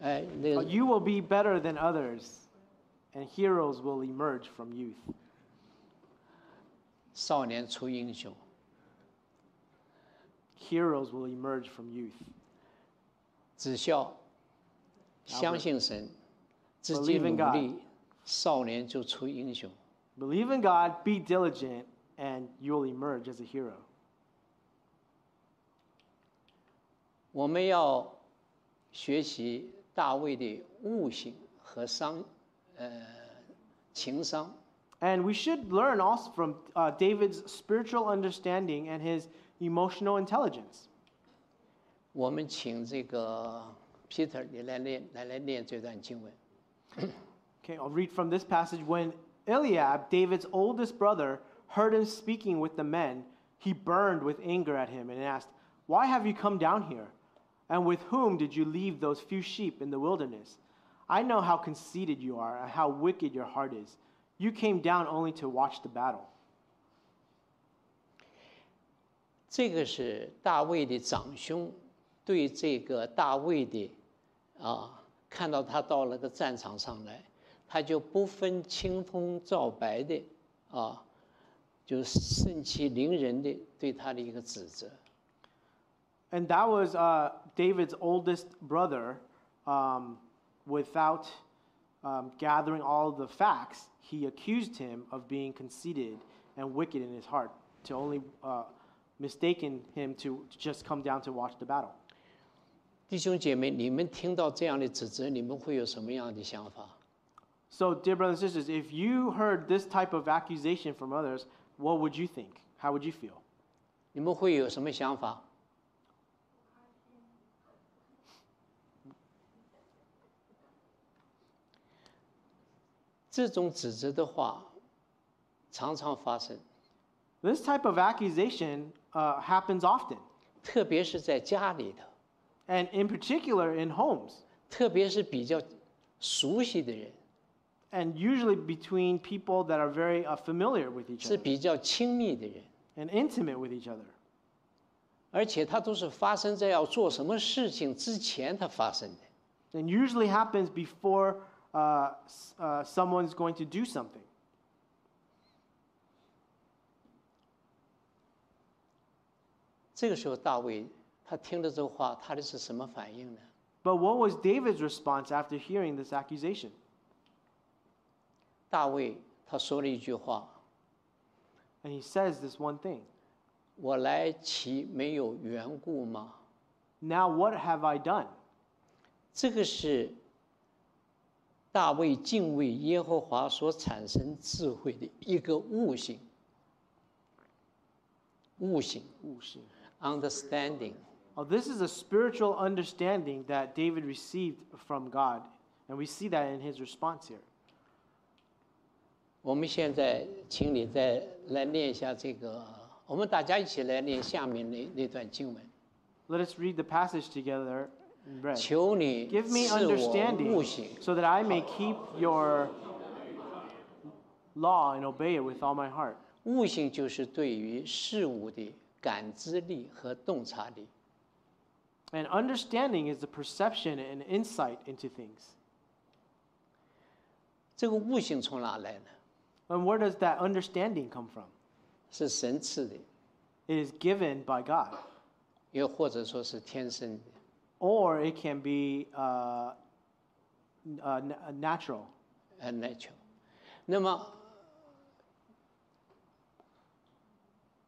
哎，那个
You will be better than others, and heroes will emerge from youth.
少年出英雄，
Heroes will emerge from youth.
只孝，相信神，自己
Believe
努
in God
力，少年就出英雄。
Believe in God, be diligent, and you will emerge as a hero.
我们要学习大卫的悟性和商，呃，情商。
And we should learn also from uh, David's spiritual understanding and his emotional intelligence.
我们请这个 Peter 你来念，来来念这段经文。
Okay, I'll read from this passage. When Eliab, David's oldest brother, heard him speaking with the men, he burned with anger at him and asked, Why have you come down here? And with whom did you leave those few sheep in the wilderness? I know how conceited you are and how wicked your heart is. You came down only to watch the battle.
这个是大卫的长兄对这个大卫的啊，看到他到了个战场上来，他就不分青红皂白的啊，就盛气凌人的对他的一个指责。
And that was uh, David's oldest brother. Um, without um, gathering all the facts, he accused him of being conceited and wicked in his heart, to only uh, mistaken him to, to just come down to watch the battle.
弟兄姐妹，你们听到这样的指责，你们会有什么样的想法？
So, dear brothers and sisters, if you heard this type of accusation from others, what would you think? How would you feel?
你们会有什么想法？这种指责的话，常常发生，
This type of accusation uh, happens often,
特别是在家里头，
and in particular in homes,
特别是比较熟悉的人，
and usually between people that are very uh, familiar with each
是
other
比较亲密的人，
and intimate with each other.
而且它都是发生在要做什么事情之前它发生的。
and usually happens before uh, s- uh, someone's going to do something.
这个时候，大卫他听了这话，他的是什么反应呢？
But what was David's response after hearing this accusation?
大卫他说了一句话：
And he says this one thing
我来岂没有缘故吗？
Now, what have I done?
这个是大卫敬畏耶和华所产生智慧的一个悟性，悟性 （understanding）。
Oh, this is a spiritual understanding that David received from God. And we see that in his response here.
我们现在请你再来念一下这个，我们大家一起来念下面那那段经文。
Let us read the passage together in red.
求你
Give me
赐我
understanding
悟性，
so that I may keep your law and obey it with all my heart.
悟性就是对于事物的感知力和洞察力。
And understanding is the perception and insight into things.
这个悟性从哪来呢？
And where does that understanding come from?
是神赐的，
It is given by God,
又或者说是天生的。
or it can be uh, n- uh, na- uh, natural.
and natural。那么，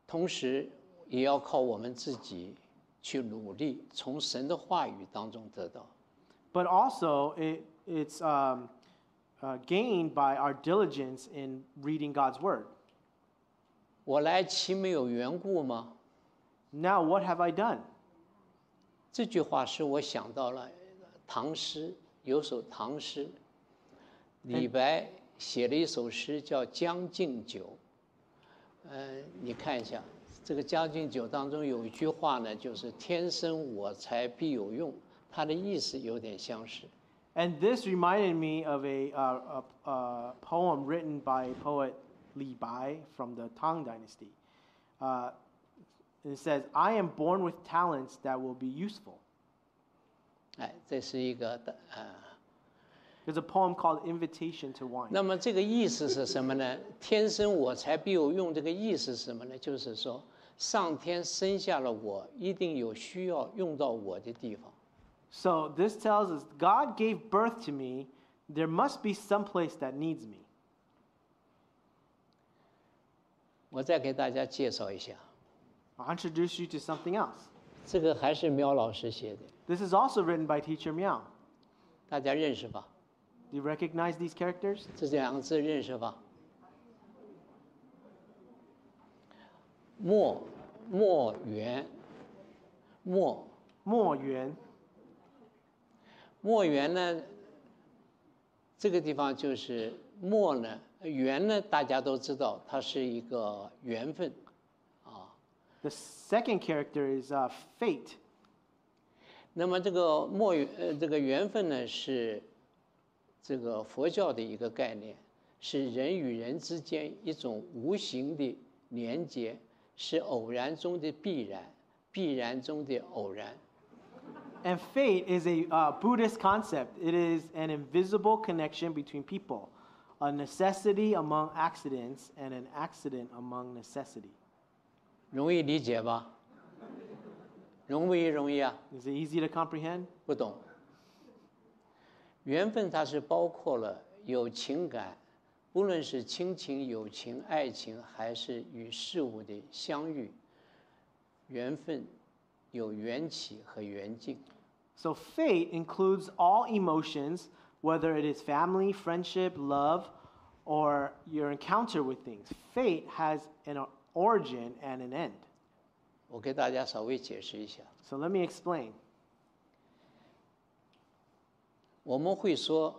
同时也要靠我们自己去努力，从神的话语当中得到。
But also, it, it's um, uh, gained by our diligence in reading God's Word.
我来岂没有缘故吗？
Now, what have I done?
这句话使我想到了唐诗，有首唐诗，李白写了一首诗叫《将进酒》。呃，你看一下这个《将进酒》当中有一句话呢，就是“天生我材必有用”，它的意思有点相似。
And this reminded me of a, uh, a, a poem written by poet Li Bai from the Tang Dynasty. Uh, it says, I am born with talents that will be useful.
哎，这是一个的啊。
There's a poem called Invitation to Wine.
那么这个意思是什么呢？ [LAUGHS] 天生我材必有用，这个意思是什么呢？就是说，上天生下了我，一定有需要用到我的地方。
So this tells us God gave birth to me. There must be some place that needs me.
我再给大家介绍一下，
I'll introduce you to something else.
这个还是苗老师写的，
This is also written by Teacher Miao.
大家认识吧？
Do you recognize these characters?
这两个字认识吧？墨，墨园，墨，
Mo Yuan.
墨园呢，这个地方就是墨呢，呃缘呢，大家都知道，它是一个缘分，啊。
The second character is uh, Fate.
那么这个墨缘，呃，这个缘分呢，是这个佛教的一个概念，是人与人之间一种无形的连接，是偶然中的必然，必然中的偶然。
And fate is a uh, Buddhist concept. It is an invisible connection between people, a necessity among accidents, and an accident among necessity.
容易理解吧？容不容易啊？
Is it easy to comprehend?
不懂。缘分它是包括了有情感，不论是亲情、友情、爱情，还是与事物的相遇，缘分有缘起和缘尽。
So, fate includes all emotions, whether it is family, friendship, love, or your encounter with things. Fate has an o- origin and an end.
我给大家稍微解释一下，
So, let me explain.
我们会说，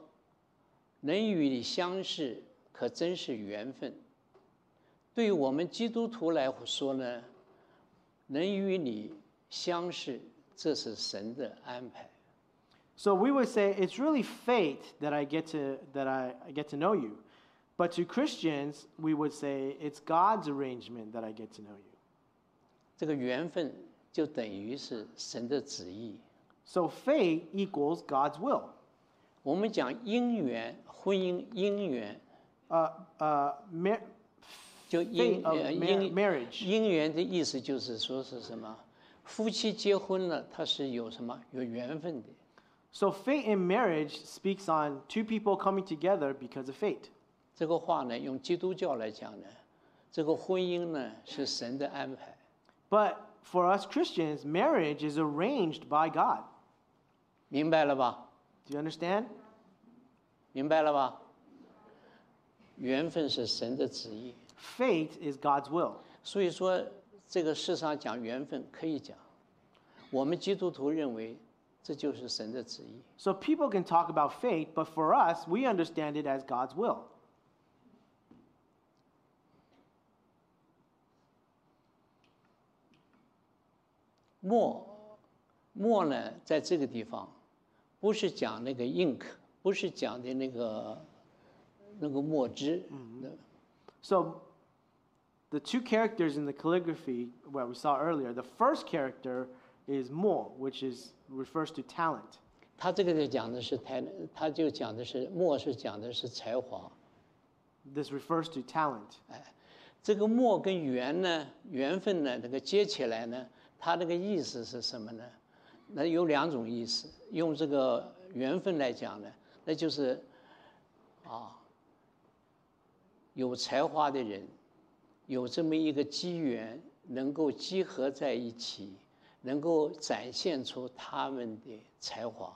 人与你相识可真是缘分。对于我们基督徒来说呢，人与你相识，这是神的安排。
So we would say it's really fate that I get to that I, I get to know you. But to Christians, we would say it's God's arrangement that I get to know you.
这个缘分就等于是神的旨意。
So fate equals God's will.
我们讲姻缘，婚姻姻缘
Uh, uh, mar-
就
fate
姻
of
呃
mar-
姻
marriage.
姻缘的意思就是说是什么？夫妻结婚了，它是有什么有缘分的。
So fate in marriage speaks on two people coming together because of fate.
这个话呢，用基督教来讲呢，这个婚姻呢是神的安排。
But for us Christians, marriage is arranged by God.
明白了吧？
Do you understand?
明白了吧？缘分是神的旨意，
Fate is God's will.
所以说这个世上讲缘分可以讲，我们基督徒认为这就是神的旨意。
So people can talk about fate, but for us, we understand it as God's will.
墨，墨呢，在这个地方，不是讲那个 ink，不是讲的那个那个墨汁，那
So the two characters in the calligraphy, what we saw earlier, the first character is mo, which is refers to talent.
他这个就讲的是才，他就讲的是墨是讲的是才华，
This refers to talent.
哎，这个墨跟缘呢，缘分呢，这个接起来呢，它那个意思是什么呢？那有两种意思，用这个缘分来讲呢，那就是啊，有才华的人，有这么一个机缘，能够集合在一起，能够展现出他们的才华。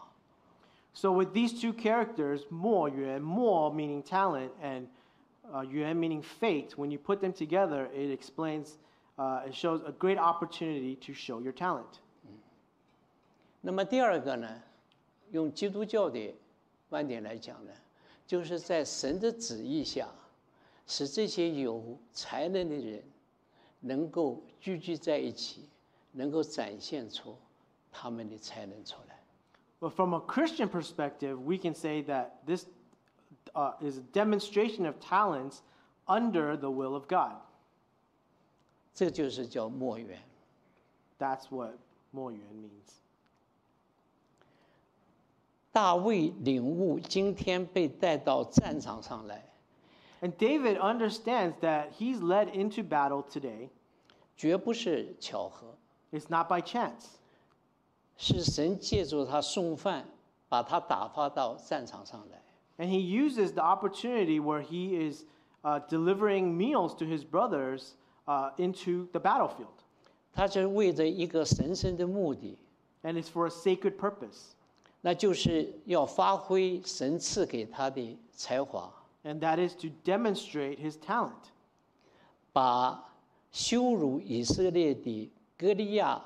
So with these two characters, mo yuan, mo meaning talent, and uh, yuan meaning fate, when you put them together, it explains, uh, it shows a great opportunity to show your talent.
那么第二个呢，用基督教的观点来讲呢，就是在神的旨意下，使这些有才能的人能够聚集在一起，能够展现出他们的才能出来。
But from a Christian perspective, we can say that this uh, is a demonstration of talents under the will of God.
这就是叫末缘。
That's what Moyuan means.
大卫领悟今天被带到战场上来，
And David understands that he's led into battle today.
绝不是巧合，
It's not by chance.
是神借助他送饭，把他打发到战场上来。
And he uses the opportunity where he is uh, delivering meals to his brothers uh, into the battlefield.
他是为着一个神圣的目的，
And it's for a sacred purpose.
那就是要发挥神赐给他的才华，
And that is to demonstrate his talent,
把羞辱以色列的歌利亚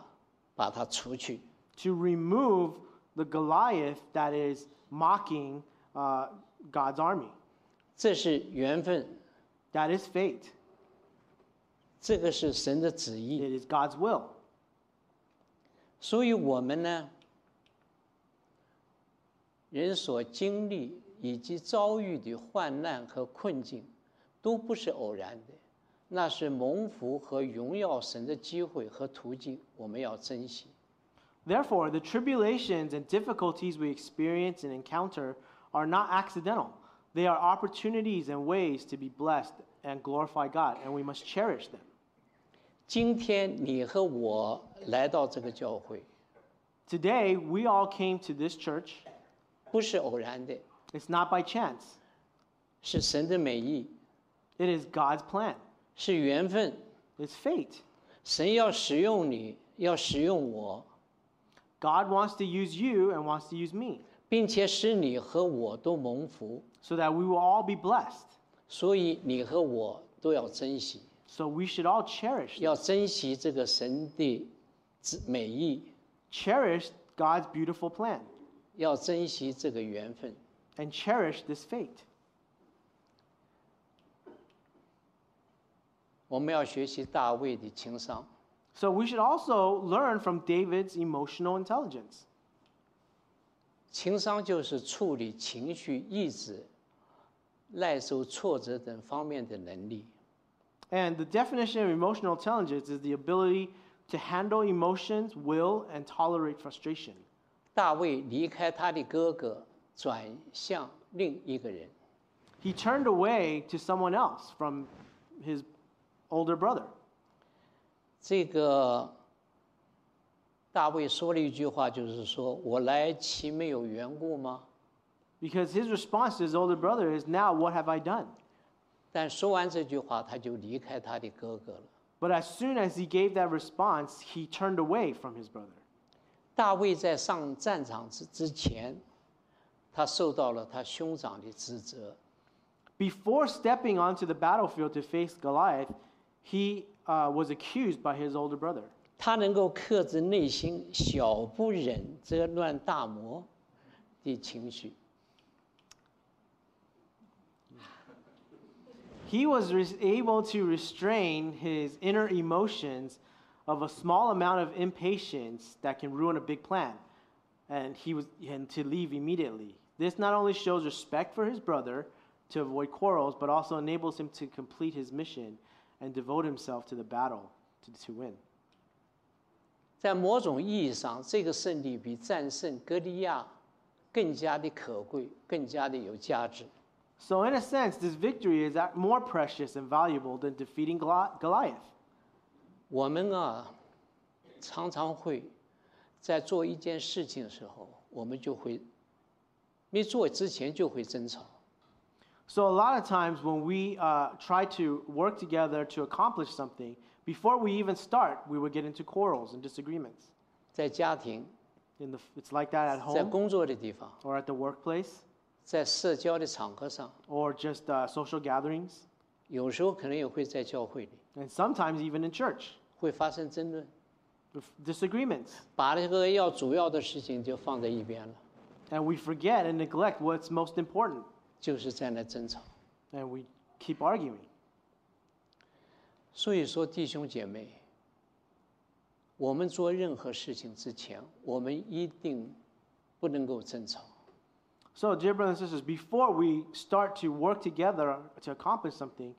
把他除去。
to remove the Goliath that is mocking uh, God's army.
这是缘分，
That is fate,
这个是神的旨意。
it is God's will.
所以我们呢，人所经历以及遭遇的患难和困境，都不是偶然的，那是蒙福和荣耀神的机会和途径，我们要珍惜。
Therefore, the tribulations and difficulties we experience and encounter are not accidental. They are opportunities and ways to be blessed and glorify God, and we must cherish them.
今天你和我来到这个教会，
Today, we all came to this church.
不是偶然的，
It's not by chance,
是神的美意，
it is God's plan,
是缘分。
it's fate.
神要使用你，要使用我，
God wants to use you and wants to use me
并且使你和我都蒙福，
so that we will all be blessed.
所以你和我都要珍惜，
So we should all cherish,
要珍惜这个神的旨美意，
cherish God's beautiful plan
要珍惜这个缘分。
and cherish this fate.
我们要学习大卫的情商。
So we should also learn from David's emotional intelligence.
情商就是处理情绪、意志、耐受挫折等方面的能力。
And the definition of emotional intelligence is the ability to handle emotions, will, and tolerate frustration.
大卫离开他的哥哥，转向另一个人。
He turned away to someone else from his older brother.
这个大卫说了一句话，就是说：“我来岂没有缘故吗
Because his response to his older brother is, Now what have I done?？”
但说完这句话，他就离开他的哥哥了。
But as soon as he gave that response, he turned away from his brother.
大卫在上战场之之前，他受到了他兄长的指责，
Before stepping onto the battlefield to face Goliath, he uh, was accused by his older brother.
他能够克制内心小不忍则乱大谋的情绪。
He was res- able to restrain his inner emotions of a small amount of impatience that can ruin a big plan, and he was and to leave immediately. This not only shows respect for his brother to avoid quarrels, but also enables him to complete his mission and devote himself to the battle to, to win.
在某种意义上，这个胜利比战胜歌利亚更加的可贵，更加的有价值。
So, in a sense, this victory is at- more precious and valuable than defeating Goli- Goliath.
我们啊，常常会在做一件事情的时候，我们就会没做之前就会争吵。
So, a lot of times when we uh, try to work together to accomplish something, before we even start, we would get into quarrels and disagreements.
在家庭、
In the, it's like that at
在
home
工作的地方、
or at the workplace
在社交的场合上，
or just uh, social gatherings,
有时候可能也会在教会里
and sometimes even in church,
会发生争论，
with disagreements.
把这个要主要的事情就放在一边了，
And we forget and neglect what's most important,
就是在那争吵。
and we keep arguing.
所以说，弟兄姐妹，我们做任何事情之前，我们一定不能够争吵。
So, dear brothers and sisters, before we start to work together to accomplish something,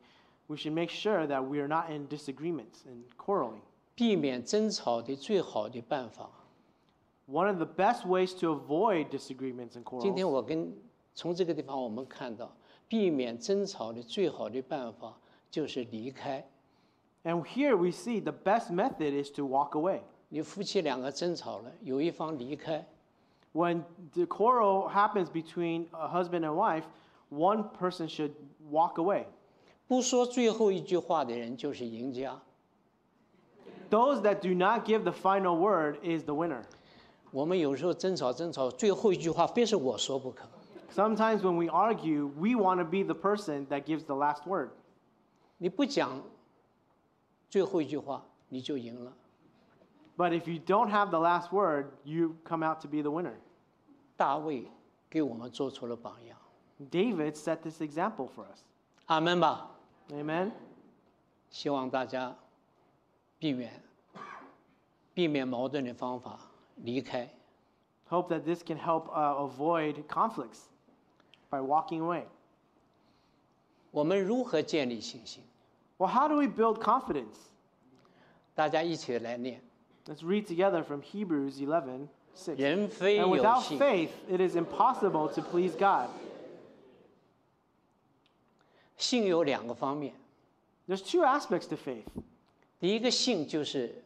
we should make sure that we are not in disagreements and quarreling.
避免争吵的最好的办法，
One of the best ways to avoid disagreements
今
and quarrels.
天我跟从这个地方我们看到，避免争吵的最好的办法就是离开。
And here we see the best method is to walk away.
你夫妻两个争吵了，有一方离开，
When the quarrel happens between a husband and wife, one person should walk away.
不说最后一句话的人就是赢家。
Those that do not give the final word is the winner.
我们有时候争吵争吵，最后一句话非是我说不可。
Sometimes when we argue, we want to be the person that gives the last word.
你不讲最后一句话，你就赢了。
But if you don't have the last word, you come out to be the winner.
大卫给我们做出了榜样，
David set this example for us.
阿门吧。
Amen.
希望大家避免避免矛盾的方法离开。
Hope that this can help uh, avoid conflicts by walking away.
我们如何建立信心？
Well, how do we build confidence?
大家一起来念：
Let's read together from Hebrews 11 6.
人非
And
有
without
信，
faith, it is impossible to please God.
信有两个方面。
There's two aspects to faith,
第一个信就是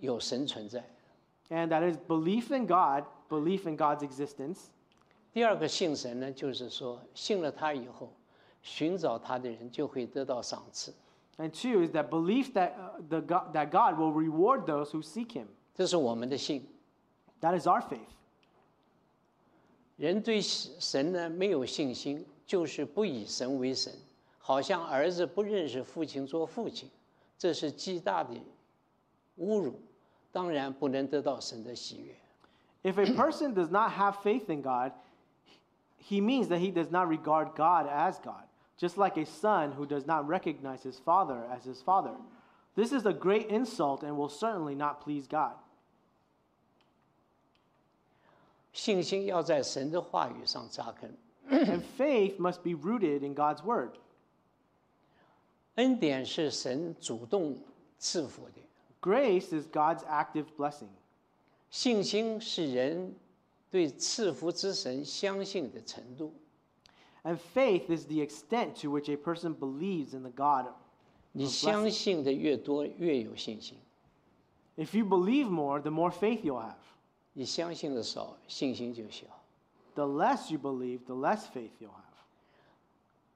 有神存在，
and that is belief in God, belief in God's existence.
第二个信神呢，就是说信了他以后，寻找他的人就会得到赏赐。
And two is that belief that, uh, the God, that God will reward those who seek Him.
这是我们的信。
That is our faith.
人对神呢没有信心，就是不以神为神，好像儿子不认识父亲做父亲，这是极大的侮辱，当然不能得到神的喜悦。
If a person does not have faith in God, he means that he does not regard God as God, just like a son who does not recognize his father as his father. This is a great insult and will certainly not please God.
信心要在神的话语上扎根，
and faith must be rooted in God's word.
恩典是神主动赐福的，
Grace is God's active blessing.
信心是人对赐福之神相信的程度。
And faith is the extent to which a person believes in the God.
你相信的越多，越有信心；
If you believe more, the more faith you'll have.
你相信的少，信心就小。
The less you believe, the less faith you'll have.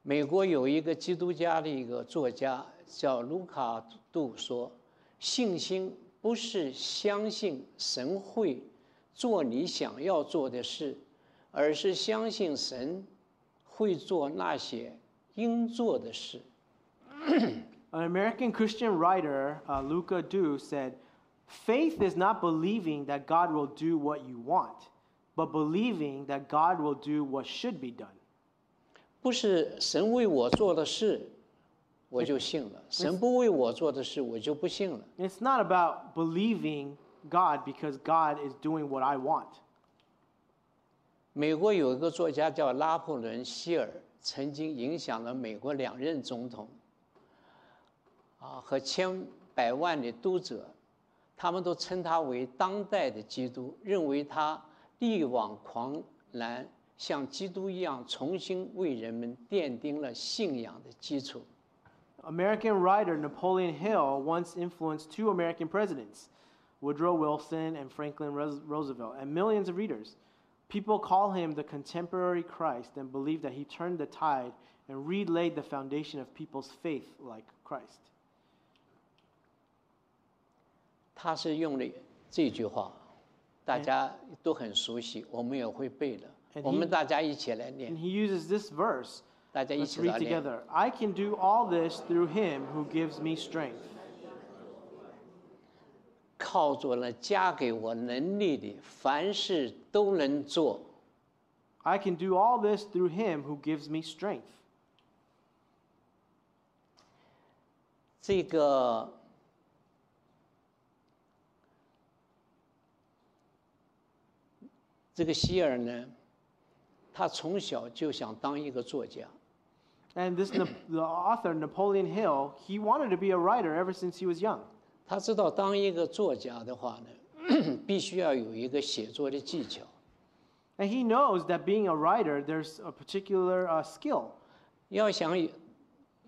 美国有一个基督家的一个作家叫卢卡杜说：“信心不是相信神会做你想要做的事，而是相信神会做那些应做的事。
An American Christian writer, uh, Luca Du, said, Faith is not believing that God will do what you want, but believing that God will do what should be done.
不是神为我做的事，我就信了；神不为我做的事，我就不信了。
It's not about believing God because God is doing what I want. ”
美国有一个作家叫拿破仑·希尔，曾经影响了美国两任总统，啊，和千百万的读者，他们都称他为当代的基督，认为他力挽狂澜，像基督一样重新为人们奠定了信仰的基础。
American writer Napoleon Hill once influenced two American presidents, Woodrow Wilson and Franklin Ros- Roosevelt, and millions of readers. People call him the contemporary Christ and believe that he turned the tide and relaid the foundation of people's faith like Christ.
他是用了这句话，大家都很熟悉，我们也会背的。
And
我们
he-
大家一起来念
And，he uses this verse.
大家一
Let's
起来
read
念。
together. I can do all this through him who gives me strength.
靠着了加给我能力的，凡事都能做。
I can do all this through him who gives me strength.
这个这个希尔呢，他从小就想当一个作家，
And this, Nap- the author, Napoleon Hill, he wanted to be a writer ever since he was young.
他知道当一个作家的话呢， [COUGHS] 必须要有一个写作的技巧，
And he knows that being a writer, there's a particular uh, skill.
要想有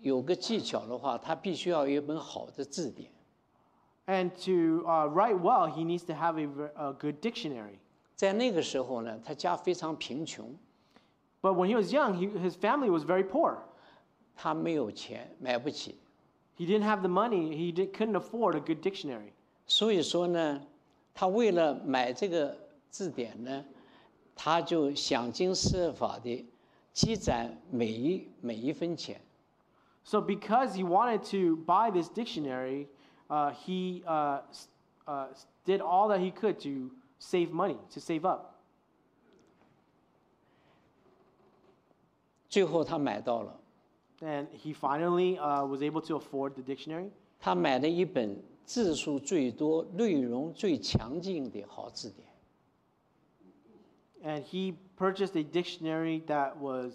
有个技巧的话，他必须要有一本好的字典。
And to uh, write well, he needs to have a, ver- a good dictionary.
在那个时候呢，他家非常贫穷，
But when he was young, he, his family was very poor.
他没有钱，买不起。
He didn't have the money, he did, couldn't afford a good dictionary.
所以说呢，他为了买这个字典呢，他就想尽设法的积攒每一每一分钱。
So, because he wanted to buy this dictionary, uh, he uh, s- uh, s- did all that he could to save money, to save up.
最后他买到了，
And he finally uh, was able to afford the dictionary.
他买了一本字数最多、内容最强劲的好字典。
And he purchased a dictionary that was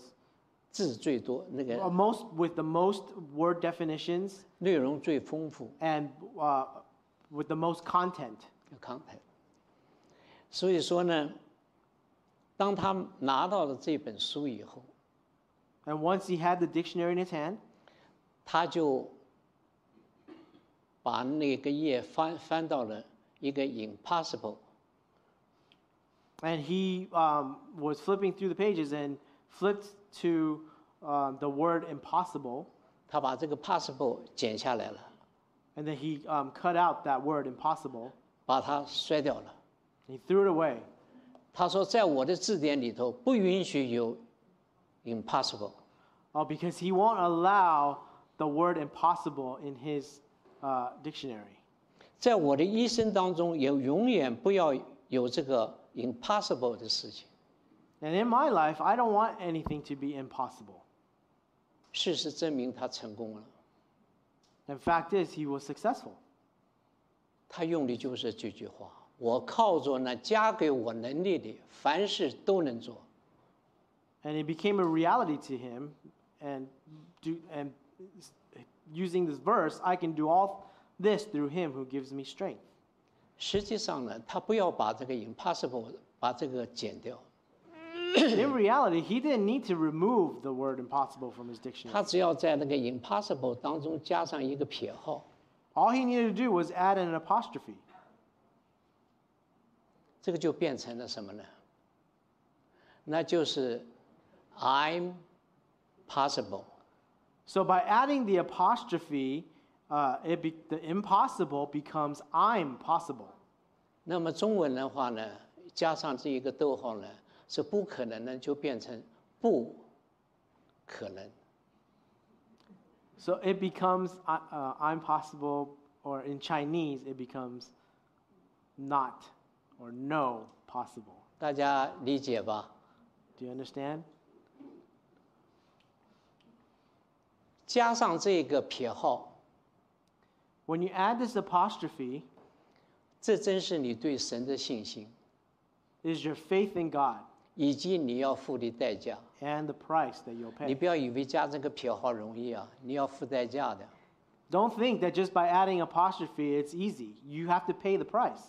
字最多，那
uh,
个
most with the most word definitions
内容最丰富
and uh, with the most content.
（content）。所以说呢，当他拿到了这本书以后，
And once he had the dictionary in his hand,
他就把那个页翻翻到了一个 impossible，
and he um, was flipping through the pages and flipped to uh, the word impossible,
他把这个 possible 剪下来了，
and then he um, cut out that word impossible
把它摔掉了。
and he threw it away.
他说，在我的字典里头不允许有 impossible，
Oh, because he won't allow the word impossible in his uh, dictionary.
在我的一生当中也永远不要有这个 impossible 的事情。
And in my life, I don't want anything to be impossible.
事实证明他成功了，
And fact is, he was successful.
他用的就是这句话：我靠着那加给我能力的，凡事都能做。
And it became a reality to him. And, do, and using this verse, I can do all this through him who gives me strength.
实际上呢，他不要把这个 impossible 把这个剪掉，
in reality, he didn't need to remove the word impossible from his dictionary.
他只要在那个 impossible 当中加上一个撇号，
All he needed to do was add an apostrophe.
这个就变成了什么呢？那就是 I'm possible。
So by adding the apostrophe, uh, it be, the impossible becomes I'm possible.
那么中文的话呢，加上这一个逗号呢，是不可能呢，就变成不可能。
So it becomes uh, uh, I'm possible, or in Chinese, it becomes not or no possible.
大家理解吧？
Do you understand?
加上这个撇号，
When you add this apostrophe,
这真是你对神的信心，
is your faith in God
以及你要付的代价。
and the price that you'll
你
pay.
不要以为加这个撇号容易啊，你要付代价的。
Don't think that just by adding apostrophe, it's easy. You have to pay the price.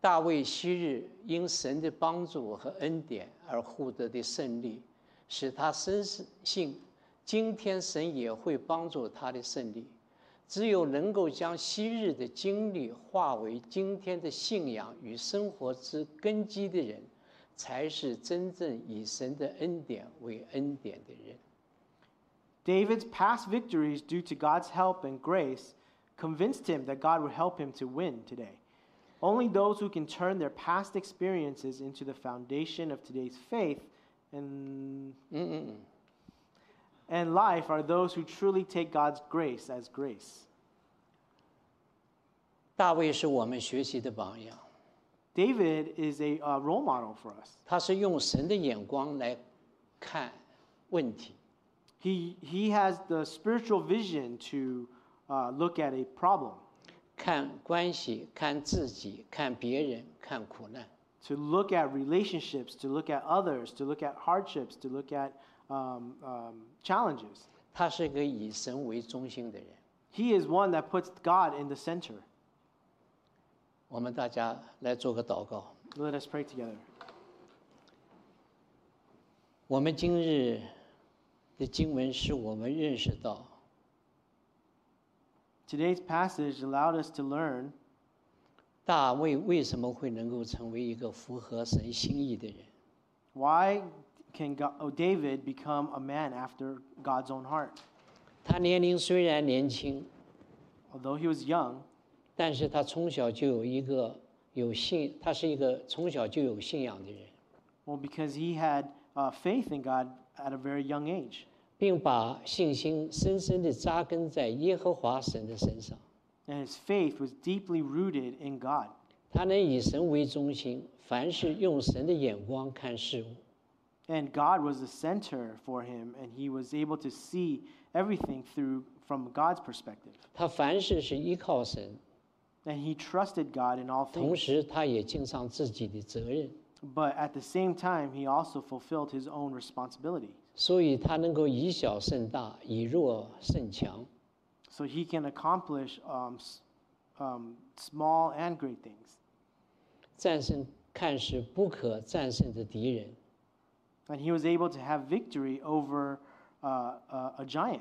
大卫昔日因神的帮助和恩典而获得的胜利，使他深信今天神也会帮助他的胜利。只有能够将昔日的经历化为今天的信仰与生活之根基的人，才是真正以神的恩典为恩典的人。
David's past victories, due to God's help and grace, convinced him that God would help him to win today. Only those who can turn their past experiences into the foundation of today's faith and,
嗯嗯嗯，
and life are those who truly take God's grace as grace.
大卫是我们学习的榜样。
David is a uh, role model for us.
他是用神的眼光来看问题，
He, he has the spiritual vision to uh, look at a problem.
看关系、看自己、看别人、看苦难。
to look at relationships, to look at others, to look at hardships, to look at um, um, challenges.
他是一个以神为中心的人。
He is one that puts God in the center.
我们大家来做个祷告。
Let us pray together.
我们今日的经文使我们认识到，
Today's passage allowed us to learn
大卫为什么会能够成为一个符合神心意的人。
why can God, oh, David become a man after God's own heart.
他年龄虽然年轻，
Although he was young,
但是他从小就有一个有信，他是一个从小就有信仰的人，
well, because he had uh, faith in God at a very young age,
并把信心深深地扎根在耶和华神的身上。
and his faith was deeply rooted in God.
他能以神为中心，凡事用神的眼光看事物。
And God was the center for him, and he was able to see everything through from God's perspective.
他凡事是依靠神，
And he trusted God in all
同
things.
时他也尽上自己的责任，
But at the same time, he also fulfilled his own responsibility.
所以他能够以小胜大，以弱胜强。
So he can accomplish um, s- um, small and great things.
战胜看似不可战胜的敌人。
And he was able to have victory over uh, a, a giant.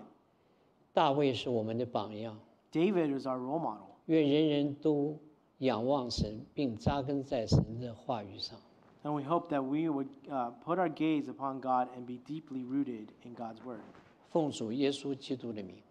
大卫是我们的榜样，
David is our role model.
愿人人都仰望神，并扎根在神的话语上。
And we hope that we would uh, put our gaze upon God and be deeply rooted in God's word.
奉主耶稣基督的名，